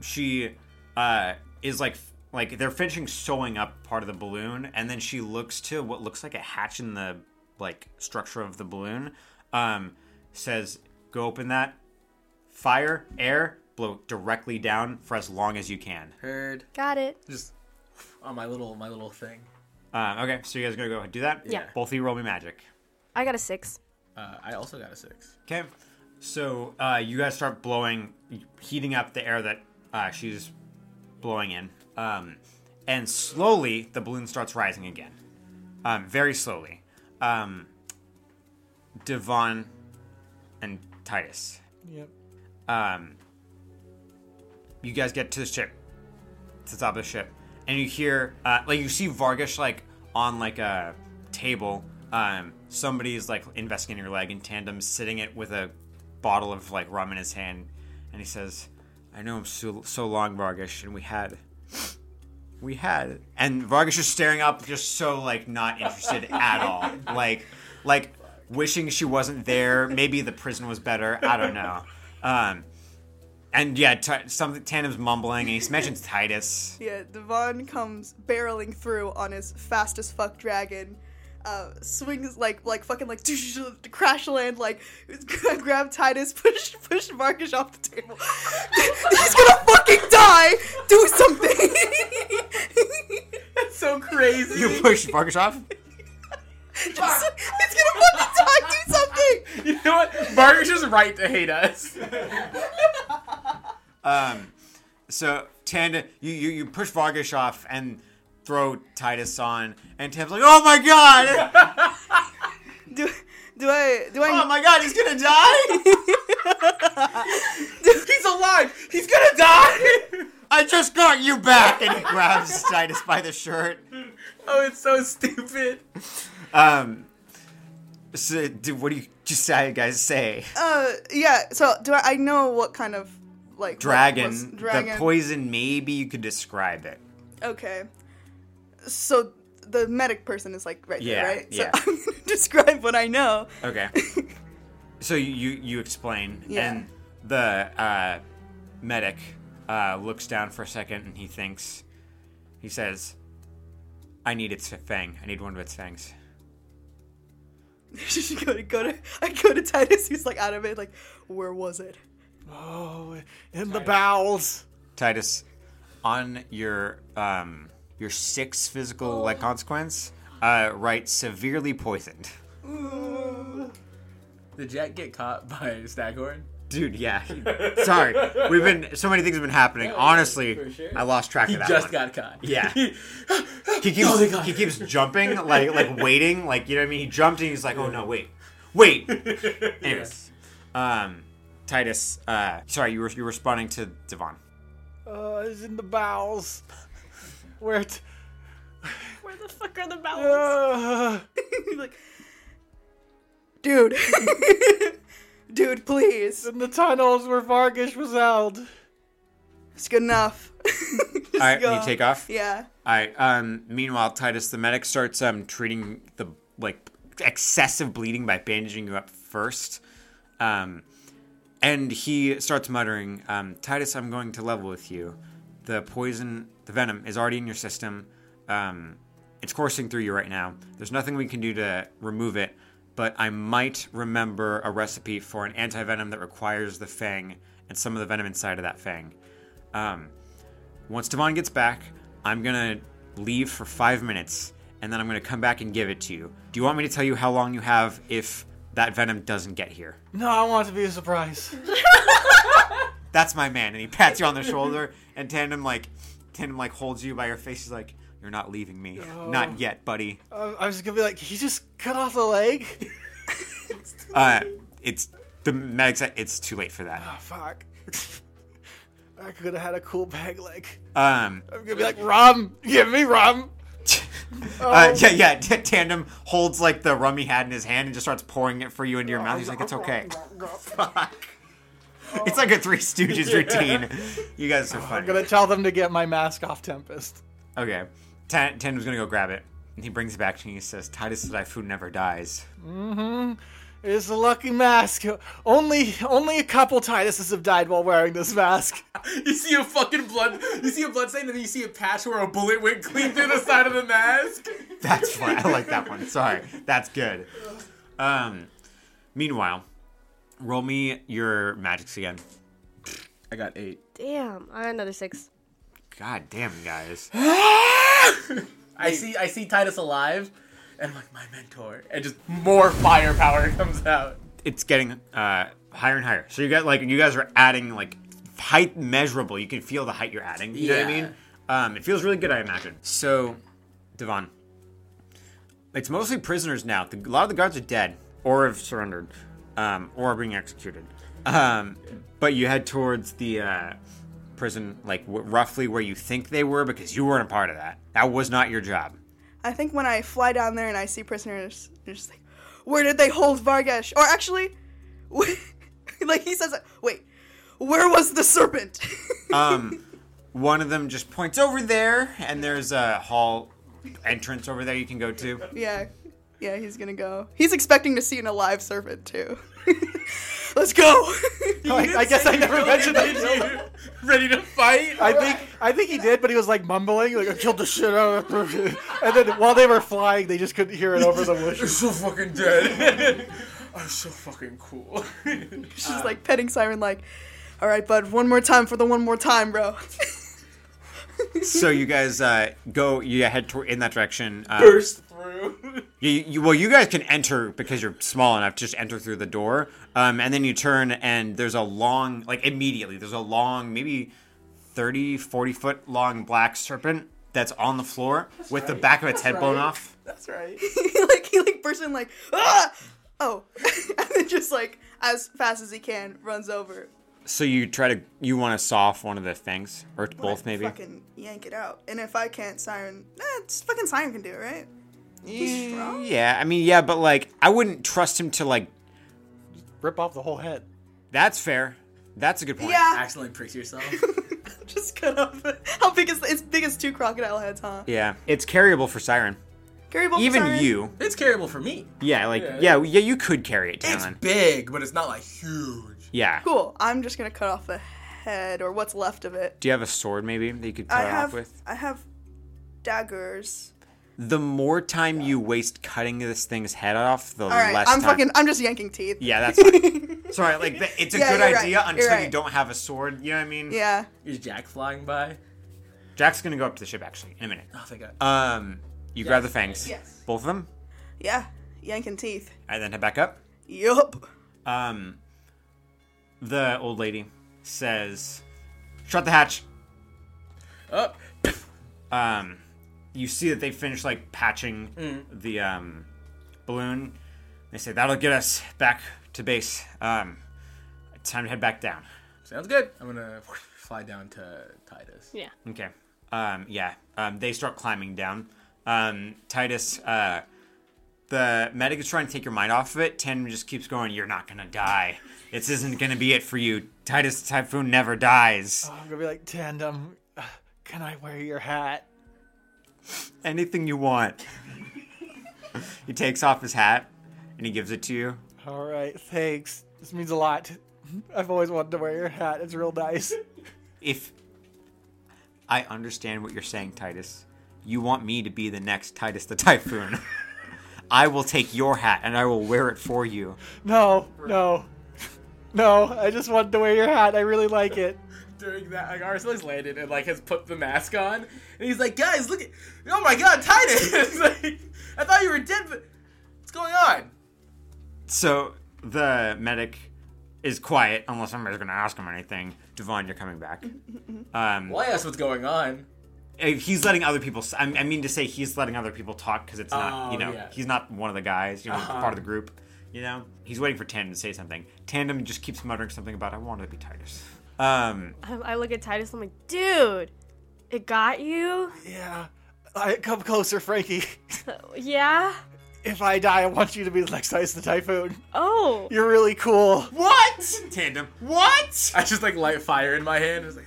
she uh is like like they're finishing sewing up part of the balloon, and then she looks to what looks like a hatch in the like structure of the balloon. Um, says, "Go open that. Fire, air, blow directly down for as long as you can." Heard. Got it. Just on my little, my little thing. Um, okay, so you guys are gonna go ahead and do that. Yeah. Both of you roll me magic. I got a six. Uh, I also got a six. Okay. So uh, you guys start blowing, heating up the air that uh, she's blowing in, um, and slowly the balloon starts rising again, um, very slowly. Um, Devon and Titus, Yep. um, you guys get to the ship, to the top of the ship, and you hear uh, like you see Vargish like on like a table. Um, somebody's like investigating your leg in tandem, sitting it with a bottle of like rum in his hand, and he says, "I know him so, so long, Vargish, and we had." We had, and Vargish is staring up, just so like not interested at all, like, like wishing she wasn't there. Maybe the prison was better. I don't know. Um, and yeah, t- some Tandem's mumbling, and he mentions Titus. Yeah, Devon uh, comes barreling through on his fast as fuck dragon. Uh, swings like like fucking like crash land like grab Titus push push Marcus off the table. He's gonna fucking die. Do something. That's so crazy. You push Vargas off. He's gonna fucking die. Do something. You know what? Vargas is right to hate us. Um, so Tandem, you, you you push Vargas off and throw Titus on, and Tandem's like, "Oh my god, Do do I do I oh my god, he's gonna die! He's alive. He's gonna die. I just got you back!" And he grabs Titus by the shirt. oh, it's so stupid. Um, so dude, what do you just say, guys? Say uh yeah so do I, I know what kind of like what was- dragon, dragon the poison. Maybe you could describe it. Okay. So the medic person is like right Yeah, there, right? yeah. So I'm gonna describe what I know. Okay. so you you, you explain, Yeah. and the uh, medic uh, looks down for a second, and he thinks, he says, "I need its fang. I need one of its fangs." go to go to I go to Titus who's like out of it, like, where was it? Oh, in the bowels. Titus, on your um your sixth physical like consequence, uh, write severely poisoned. Did Jack get caught by Staghorn? Dude, yeah. Sorry, we've been so many things have been happening. Honestly, I lost track He of that. just one. got caught. Yeah. he keeps he keeps jumping, like like waiting, like you know what I mean? He jumped and he's like, oh no, wait. Wait. Anyways. Um Titus, uh sorry, you were you were responding to Devon. Uh, it's in the bowels. Where it. Where the fuck are the bowels? Uh, like Dude Dude, please. in the tunnels where Vargish was held. It's good enough. Just Alright, go. you take off? Yeah. Alright, um meanwhile Titus the medic starts um treating the like excessive bleeding by bandaging you up first. Um, and he starts muttering, um, Titus, I'm going to level with you. The poison, the venom is already in your system. Um, it's coursing through you right now. There's nothing we can do to remove it, but I might remember a recipe for an anti venom that requires the fang and some of the venom inside of that fang. Um, once Devon gets back, I'm gonna leave for five minutes, and then I'm gonna come back and give it to you. Do you want me to tell you how long you have if that venom doesn't get here? No, I want it to be a surprise. That's my man, and he pats you on the shoulder, and Tandem like, Tandem like holds you by your face. He's like, "You're not leaving me, not yet, buddy." I I was gonna be like, he just cut off the leg. Uh, it's the medic said it's too late for that. Oh, fuck. I could have had a cool bag leg. Um, I'm gonna be like, rum, give me rum. uh, yeah, yeah. T- Tandem holds like the rum he had in his hand and just starts pouring it for you into your mouth. He's like, "It's okay." It's like a Three Stooges routine. You guys are funny. I'm gonna tell them to get my mask off, Tempest. Okay. Tan- Tandem's gonna go grab it. And he brings it back to me and he says, Titus said thy food never dies. It's a lucky mask. Only, only a couple Tituses have died while wearing this mask. You see a fucking blood, you see a blood stain, and then you see a patch where a bullet went clean through the side of the mask. That's fun. I like that one. Sorry. That's good. Um meanwhile, roll me your magics again. I got eight. Damn, I got another six. God damn guys. I see, I see Titus alive, and I'm like my mentor, and just more firepower comes out. It's getting uh higher and higher. So you got like you guys are adding like height measurable. You can feel the height you're adding. You know what I Yeah. mean? Um it feels really good, I imagine. So Devon, it's mostly prisoners now. The, a lot of the guards are dead, or have surrendered, um, or are being executed. Um, but you head towards the uh, prison, like w- roughly where you think they were, because you weren't a part of that. That was not your job. I think when I fly down there and I see prisoners, they're just like, where did they hold Vargesh? Or actually, like he says, wait, where was the serpent? Um, one of them just points over there, and there's a hall entrance over there you can go to. yeah, yeah, he's gonna go. He's expecting to see an alive serpent too. Let's go. I, I guess I never mentioned that. Ready to fight? I think I think he did, but he was like mumbling, like I killed the shit out of it. And then while they were flying, they just couldn't hear it over the You're whoosh. so fucking dead. I'm so fucking cool. She's like petting Siren, like, all right, bud, one more time for the one more time, bro. So you guys uh, go, you head toward in that direction. Uh, Burst through. You, you, well, you guys can enter because you're small enough. Just enter through the door, um, and then you turn, and there's a long, like immediately, there's a long, maybe 30, 40 foot long black serpent that's on the floor with the back of its head blown off. That's right. like he like bursts in like, ah, oh, and then just like as fast as he can runs over, So you try to, you want to saw off one of the things, or both maybe. fucking yank it out. And if I can't, Siren, nah, it's fucking Siren can do it, right? He's strong. Yeah, I mean, yeah, but like, I wouldn't trust him to like. Rip off the whole head. That's fair. That's a good point. Yeah, Accidentally pricks yourself. just cut off. How big is it's big as two crocodile heads, huh? Yeah, it's carryable for Siren. Gary Volpe, E Even Oh, Siren? you. it's carryable for me. Yeah, like yeah, yeah, you could carry it, It's Talon. big, but it's not like huge. Yeah. Cool. I'm just gonna cut off the head or what's left of it. Do you have a sword maybe that you could I cut it off have. with? I have daggers. The more time you waste cutting this thing's head off, the All right, less I'm time. fucking. I'm just yanking teeth. Yeah, that's fine. Sorry, like the, it's a Yeah, good you're right, idea you're until you right. don't have a sword. You know what I mean? Yeah. Is Jack flying by? Jack's gonna go up to the ship actually in a minute. Oh, thank God. Um, you grab the fangs, Yes. both of them, Yeah. Yanking teeth. and then head back up. Yup. Um, the old lady says, "Shut the hatch." Up. um, you see that they finished like patching the um, balloon. They say that'll get us back to base. Um, time to head back down. Sounds good. I'm gonna fly down to Titus. Yeah. Okay. Um, yeah. Um, they start climbing down. Um, Titus, uh, the medic is trying to take your mind off of it. Tandem just keeps going. You're not gonna die. This isn't gonna be it for you. Titus Typhoon never dies. I'm gonna be like, Tandem, can I wear your hat? Anything you want. he takes off his hat and he gives it to you. All right, thanks. This means a lot. I've always wanted to wear your hat. It's real nice. If I understand what you're saying, Titus, you want me to be the next Titus the Typhoon. I will take your hat and I will wear it for you. No, no, no. I just wanted to wear your hat. I really like it. During that, like Arcelis landed and like has put the mask on, and he's like, "Guys, look at! Oh my God, Titus! like, I thought you were dead, but what's going on?" So the medic is quiet unless somebody's going to ask him anything. Devon, you're coming back. Um, Well, I asked what's going on. Uh, he's letting other people. s- I I mean to say he's letting other people talk because it's not. Oh, you know, yeah. he's not one of the guys. You know, part of the group. You know, he's waiting for Tandem to say something. Tandem just keeps muttering something about I wanted to be Titus. Um, I, I look at Titus. I'm like, dude, it got you. Yeah. I, come closer, Frankie. Yeah. If I die, I want you to be the next Ice the Typhoon. Oh. You're really cool. what? Tandem. What? I just like light fire in my hand. I was like,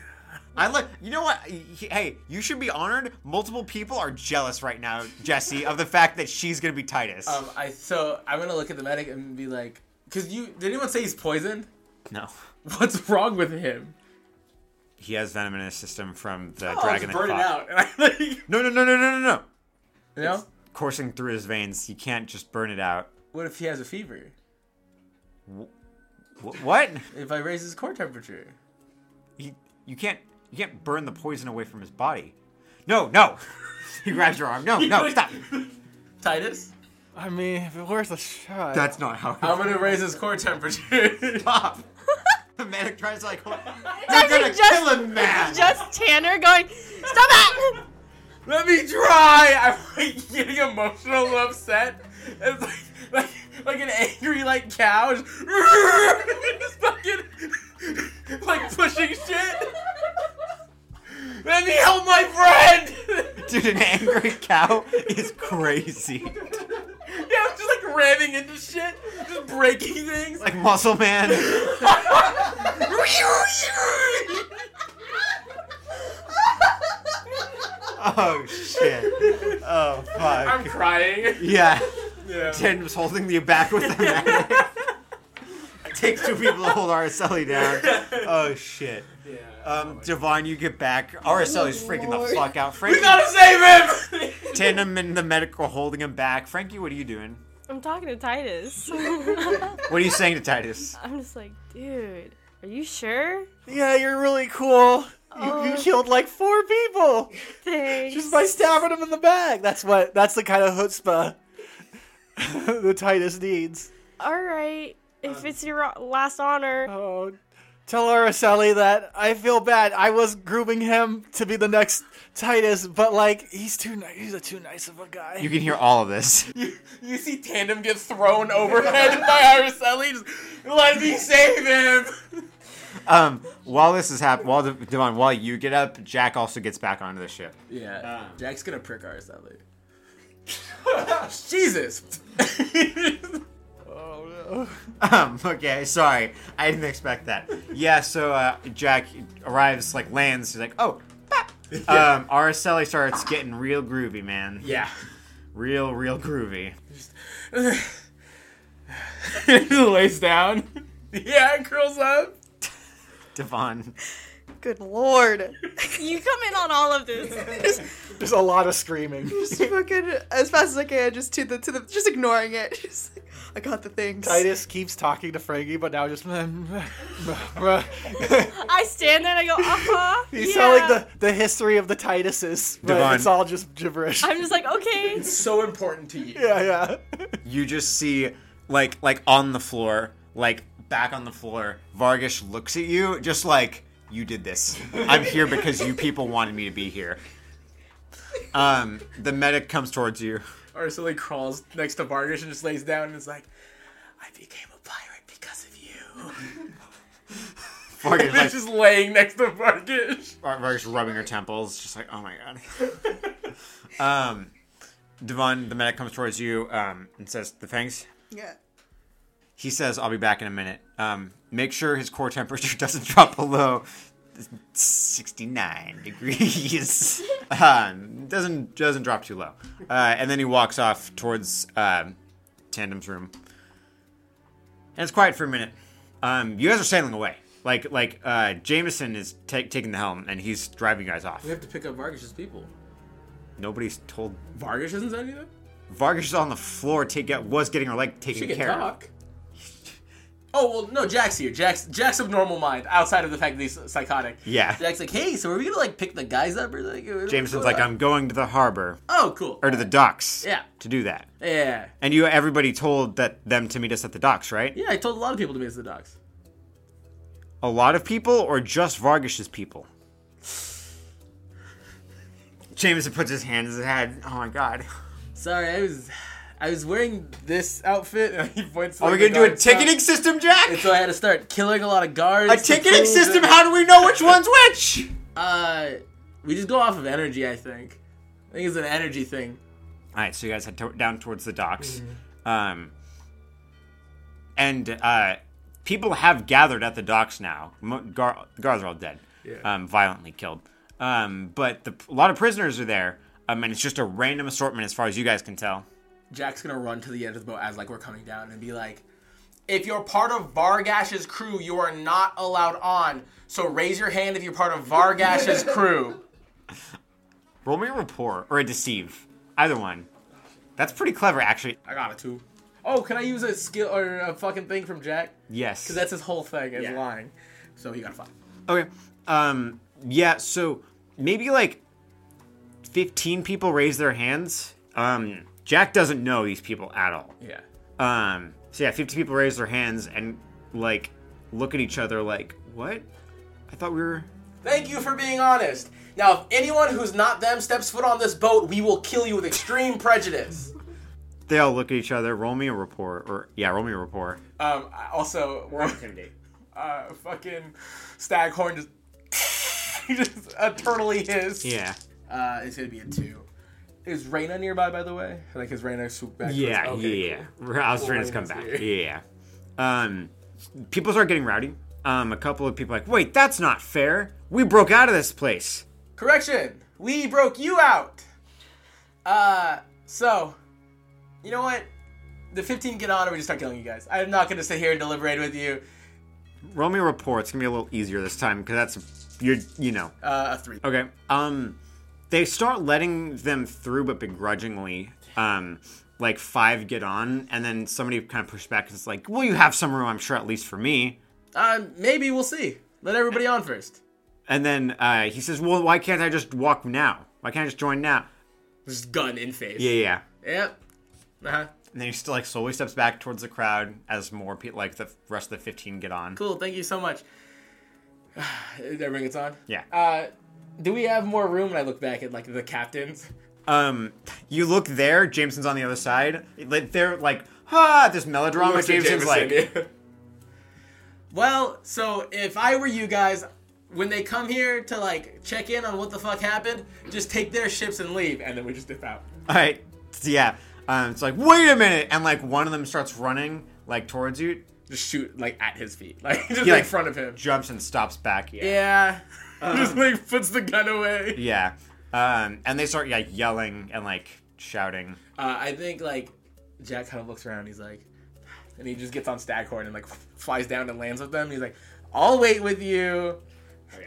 I look. You know what? Hey, you should be honored. Multiple people are jealous right now, Jesse, of the fact that she's gonna be Titus. um, I so I'm gonna look at the medic and be like, "Cause you did anyone say he's poisoned? no. What's wrong with him?" He has venom in his system from the Oh, dragon. just that burn it fought- out. And I like, you No, no, no, no, no, no, no. know, Coursing through his veins, you can't just burn it out. what if he has a fever? Wh- what? If I raise his core temperature, you, you can't you can't burn the poison away from his body. No, no. he grabs your arm. No, no, stop. Titus, I mean, if it worth a shot. That's not how. I'm gonna raise his core temperature. stop. the medic tries to like. hold- You're Guys, gonna I just- kill a man. Just Tanner going, stop it! Let me try. I'm like getting emotional, and upset. It's like like like an angry like cow, just, just fucking like pushing shit. Let me help my friend. Dude, an angry cow is crazy. yeah, I'm just like ramming into shit, just breaking things. Like muscle man. Oh shit. Oh I'm fuck. crying. Yeah. Yeah. Ted was holding you back with the medic. It takes two people to hold RSL down. Oh shit. Um, Devon, you get back. RSL is freaking the fuck out. Frankie, We gotta save him. Tandem and the medic are holding him back. Frankie, what are you doing? I'm talking to Titus. What are you saying to Titus? I'm just like, dude, are you sure? Yeah, you're really cool. You, you killed like four people Thanks. just by stabbing them in the back. That's what. That's the kind of chutzpah the Titus needs. All right, Um, if it's your last honor. Oh, tell Araceli E that I feel bad. I was grooming him to be the next Titus, but like he's too nice. He's a too nice of a guy. You can hear all of this. You see Tandem get thrown overhead by Araceli. Just, Let me save him. Um, while this is happening, while De- Devon, while you get up, Jack also gets back onto the ship. Yeah. Jack's gonna prick Araceli. Jesus. Um, okay, sorry, I didn't expect that. Yeah, so uh, Jack arrives, like lands. He's like, oh. pop. Um, RSL starts getting real groovy, man. yeah. Real, real groovy. Lays down. Yeah, curls up. Devon, Good lord. You come in on all of this. There's a lot of screaming. just fucking as fast as I can, just to the to the just ignoring it. Just like, I got the things. Titus keeps talking to Frankie, but now just I stand there and I go, uh huh. he's yeah. telling the the history of the Tituses, but Devon. it's all just gibberish. I'm just like, okay. So important to you. yeah, yeah. you just see like like on the floor, like back on the floor, Vargish looks at you just like you did this. I'm here because you people wanted me to be here. Um, the medic comes towards you. Araceli crawls next to Vargas and just lays down and is like, I became a pirate because of you. Vargish, It's like, just laying next to Vargas. Var- Vargish rubbing her temples, just like, oh my god. um, Devon, the medic comes towards you um, and says, "The thanks." Yeah. He says, "I'll be back in a minute. Um, make sure his core temperature doesn't drop below 69 degrees. um, doesn't doesn't drop too low." Uh, and then he walks off towards um Tandem's room, and it's quiet for a minute. Um, you guys are sailing away. Like like uh, Jameson is ta- taking the helm and he's driving you guys off. We have to pick up Vargish's people. Nobody's told Vargish hasn't said anything. Vargas is on the floor. Take was getting her leg taken She can care of. talk. Oh well, no. Jack's here. Jack's Jack's of normal mind, outside of the fact that he's psychotic. Yeah. Jack's like, hey, so are we gonna like pick the guys up or like? what's Jameson's going like, on?" I'm going to the harbor Oh, cool. or to the docks. Yeah. To do that, Yeah. and you everybody told that them to meet us at the docks, right? Yeah, I told a lot of people to meet us at the docks. A lot of people, or just Vargish's people. Jameson puts his hand in his head. Oh my god. Sorry, I was I was wearing this outfit and he points to Are like, we the gonna do a guard stuff. ticketing system, Jack? And so I had to start killing a lot of guards. a to ticketing prove system. that- How do we know which one's which? Uh, we just go off of energy, I think. I think it's an energy thing. All right, so you guys head to- down towards the docks, um, and uh, people have gathered at the docks now. Mo- Gar- guards are all dead, um, violently killed. Um, but the, a lot of prisoners are there, um, and it's just a random assortment as far as you guys can tell. Jack's gonna run to the edge of the boat as like we're coming down and be like, "If you're part of Vargash's crew, you are not allowed on. So raise your hand if you're part of Vargash's crew." Roll me a rapport or a deceive, either one. That's pretty clever, actually. I got a two. Oh, can I use a skill or a fucking thing from Jack? Yes, Because that's his whole thing is Yeah. lying. So he got a five. Okay. Um yeah, so maybe like 15 people raise their hands. Um Jack doesn't know these people at all. Yeah. Um so yeah, 15 people raise their hands and like look at each other like, "What? I thought we were Thank you for being honest. Now, if anyone who's not them steps foot on this boat, we will kill you with extreme prejudice. They all look at each other. Roll me a report or yeah, roll me a report. Um, I- also, Intimidate. uh, fucking Staghorn just, just eternally his. Yeah. Uh, it's gonna be a two. Is Reyna nearby, by the way? Like, is Reyna swooped back? Yeah, towards- okay, yeah. I was trying to come back. Yeah. Um, people start getting rowdy. Um, a couple of people are like, wait, that's not fair. We broke out of this place. cool. Correction. We broke you out. Uh, so, you know what? The 15 get on, and we just start killing you guys. I'm not gonna sit here and deliberate with you. Roll me a report. It's gonna be a little easier this time because that's you're you know. Uh, a three. Okay. Um, they start letting them through, but begrudgingly. Um, like five get on, and then somebody kind of pushed back and is like, "Well, you have some room, I'm sure, at least for me." Uh, maybe we'll see. Let everybody on first. And then uh, he says, "Well, why can't I just walk now? Why can't I just join now?" Just gun in face. Yeah, yeah. Yep. Uh huh. And then he still like slowly steps back towards the crowd as more people, like the rest of the fifteen, get on. Cool. Thank you so much. Everything gets on. Yeah. Uh, do we have more room? When I look back at like the captains. Um, you look there. Jameson's on the other side. Like, They're like, "Ah!" This melodrama. Jameson's like, Well, so if I were you guys, when they come here to like check in on what the fuck happened, just take their ships and leave, and then we just dip out. All right. So, yeah. Um, it's like, wait a minute. And like one of them starts running like towards you, Just shoot like at his feet, like just He, like, Uh-huh. like, in front of him. jumps and stops back. Yeah. Yeah. just like puts the gun away. Yeah. Um, and they start like yelling and like shouting. Uh, I think like Jack kind of looks around. He's like, and he just gets on Staghorn and like flies down and lands with them. He's like, "I'll wait with you,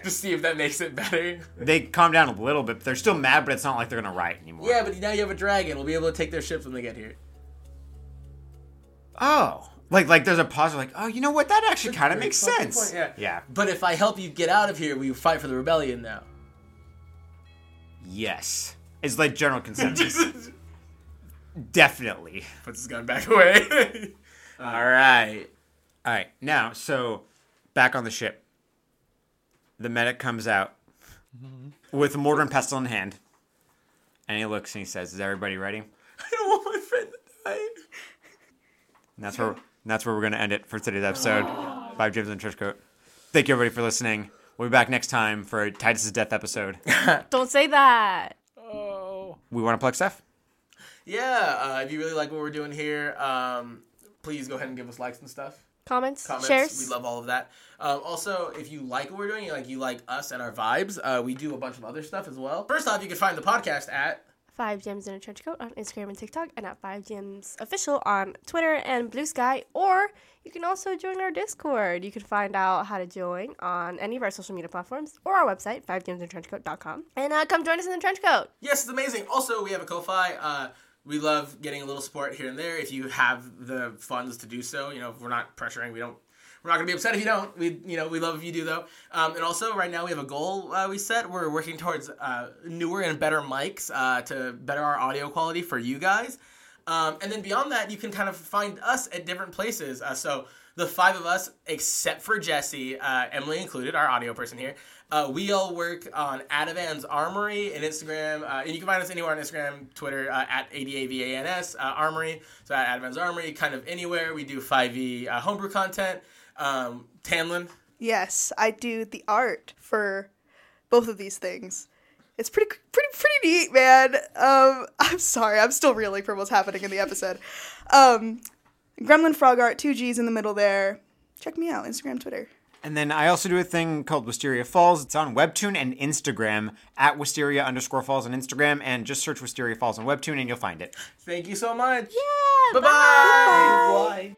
to see if that makes it better." They calm down a little bit. But they're still mad, but it's not like they're gonna riot anymore. yeah, but now you have a dragon. We'll be able to take their ships when they get here. Oh. Like like there's a pause. Like oh, you know what? That actually kind of makes fucking sense. point, yeah. Yeah. But if I help you get out of here, we fight for the rebellion now. Yes. It's like general consensus. Definitely. Puts his gun back away. All right. All right, now so back on the ship, the medic comes out with mortar and pestle in hand, and he looks and he says, "Is everybody ready?" And I don't want my friend to die. that's where and that's where we're gonna end it for today's episode. Five James and Churchcoat. Thank you everybody for listening. We'll be back next time for Titus's death episode. Don't say that. we want to plug stuff. Yeah. Uh, if you really like what we're doing here, um, please go ahead and give us likes and stuff. Comments, comments. shares. We love all of that. Um, also, if you like what we're doing, you like you like us and our vibes, uh, we do a bunch of other stuff as well. First off, you can find the podcast at Five Gems in a Trench Coat on Instagram and TikTok, and at Five Gems Official on Twitter and Blue Sky. Or you can also join our Discord. You can find out how to join on any of our social media platforms or our website, fivegemsintrenchcoat.com. And uh, come join us in the trench coat. Yes, it's amazing. Also, we have a Ko-Fi. Uh, we love getting a little support here and there if you have the funds to do so. You know, if we're not pressuring. We don't. We're not gonna be upset if you don't. We, you know, we love if you do though. Um, and also, right now we have a goal uh, we set. We're working towards uh, newer and better mics uh, to better our audio quality for you guys. Um, and then beyond that, you can kind of find us at different places. Uh, so the five of us, except for Jesse, uh, Emily included, our audio person here, uh, we all work on Adavan's Armory and Instagram. Uh, and you can find us anywhere on Instagram, Twitter, uh, at ADAVANS uh, Armory. So at Adavan's Armory, kind of anywhere. We do 5e uh, homebrew content. Um, Tamlin, Yes, I do the art for both of these things. It's pretty pretty pretty neat, man. Um, I'm sorry, I'm still reeling from what's happening in the episode. Um, Gremlin Frog Art, two G's in the middle there. Check me out, Instagram, Twitter. And then I also do a thing called Wisteria Falls. It's on Webtoon and Instagram at Wisteria underscore Falls on Instagram, and just search Wisteria Falls on Webtoon and you'll find it. thank you so much. Yeah, Bye-bye. Bye. Why?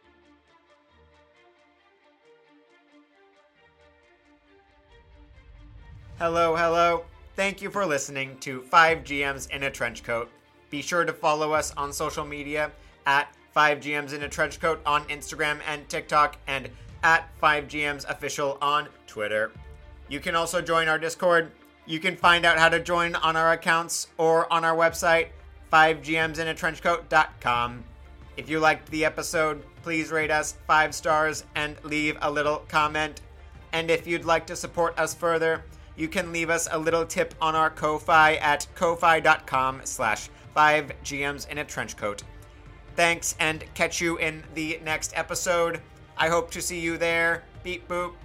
Hello, hello. Thank you for listening to Five GMs in a Trench Coat. Be sure to follow us on social media at Five GMs in a Trench Coat on Instagram and TikTok, and at Five GMs Official on Twitter. You can also join our Discord. You can find out how to join on our accounts or on our website, 5gmsinatrenchcoat.com. If you liked the episode, please rate us five stars and leave a little comment. And if you'd like to support us further, you can leave us a little tip on our Ko-Fi at ko-fi.com slash 5gms in a trench coat. Thanks and catch you in the next episode. I hope to see you there. Beep boop.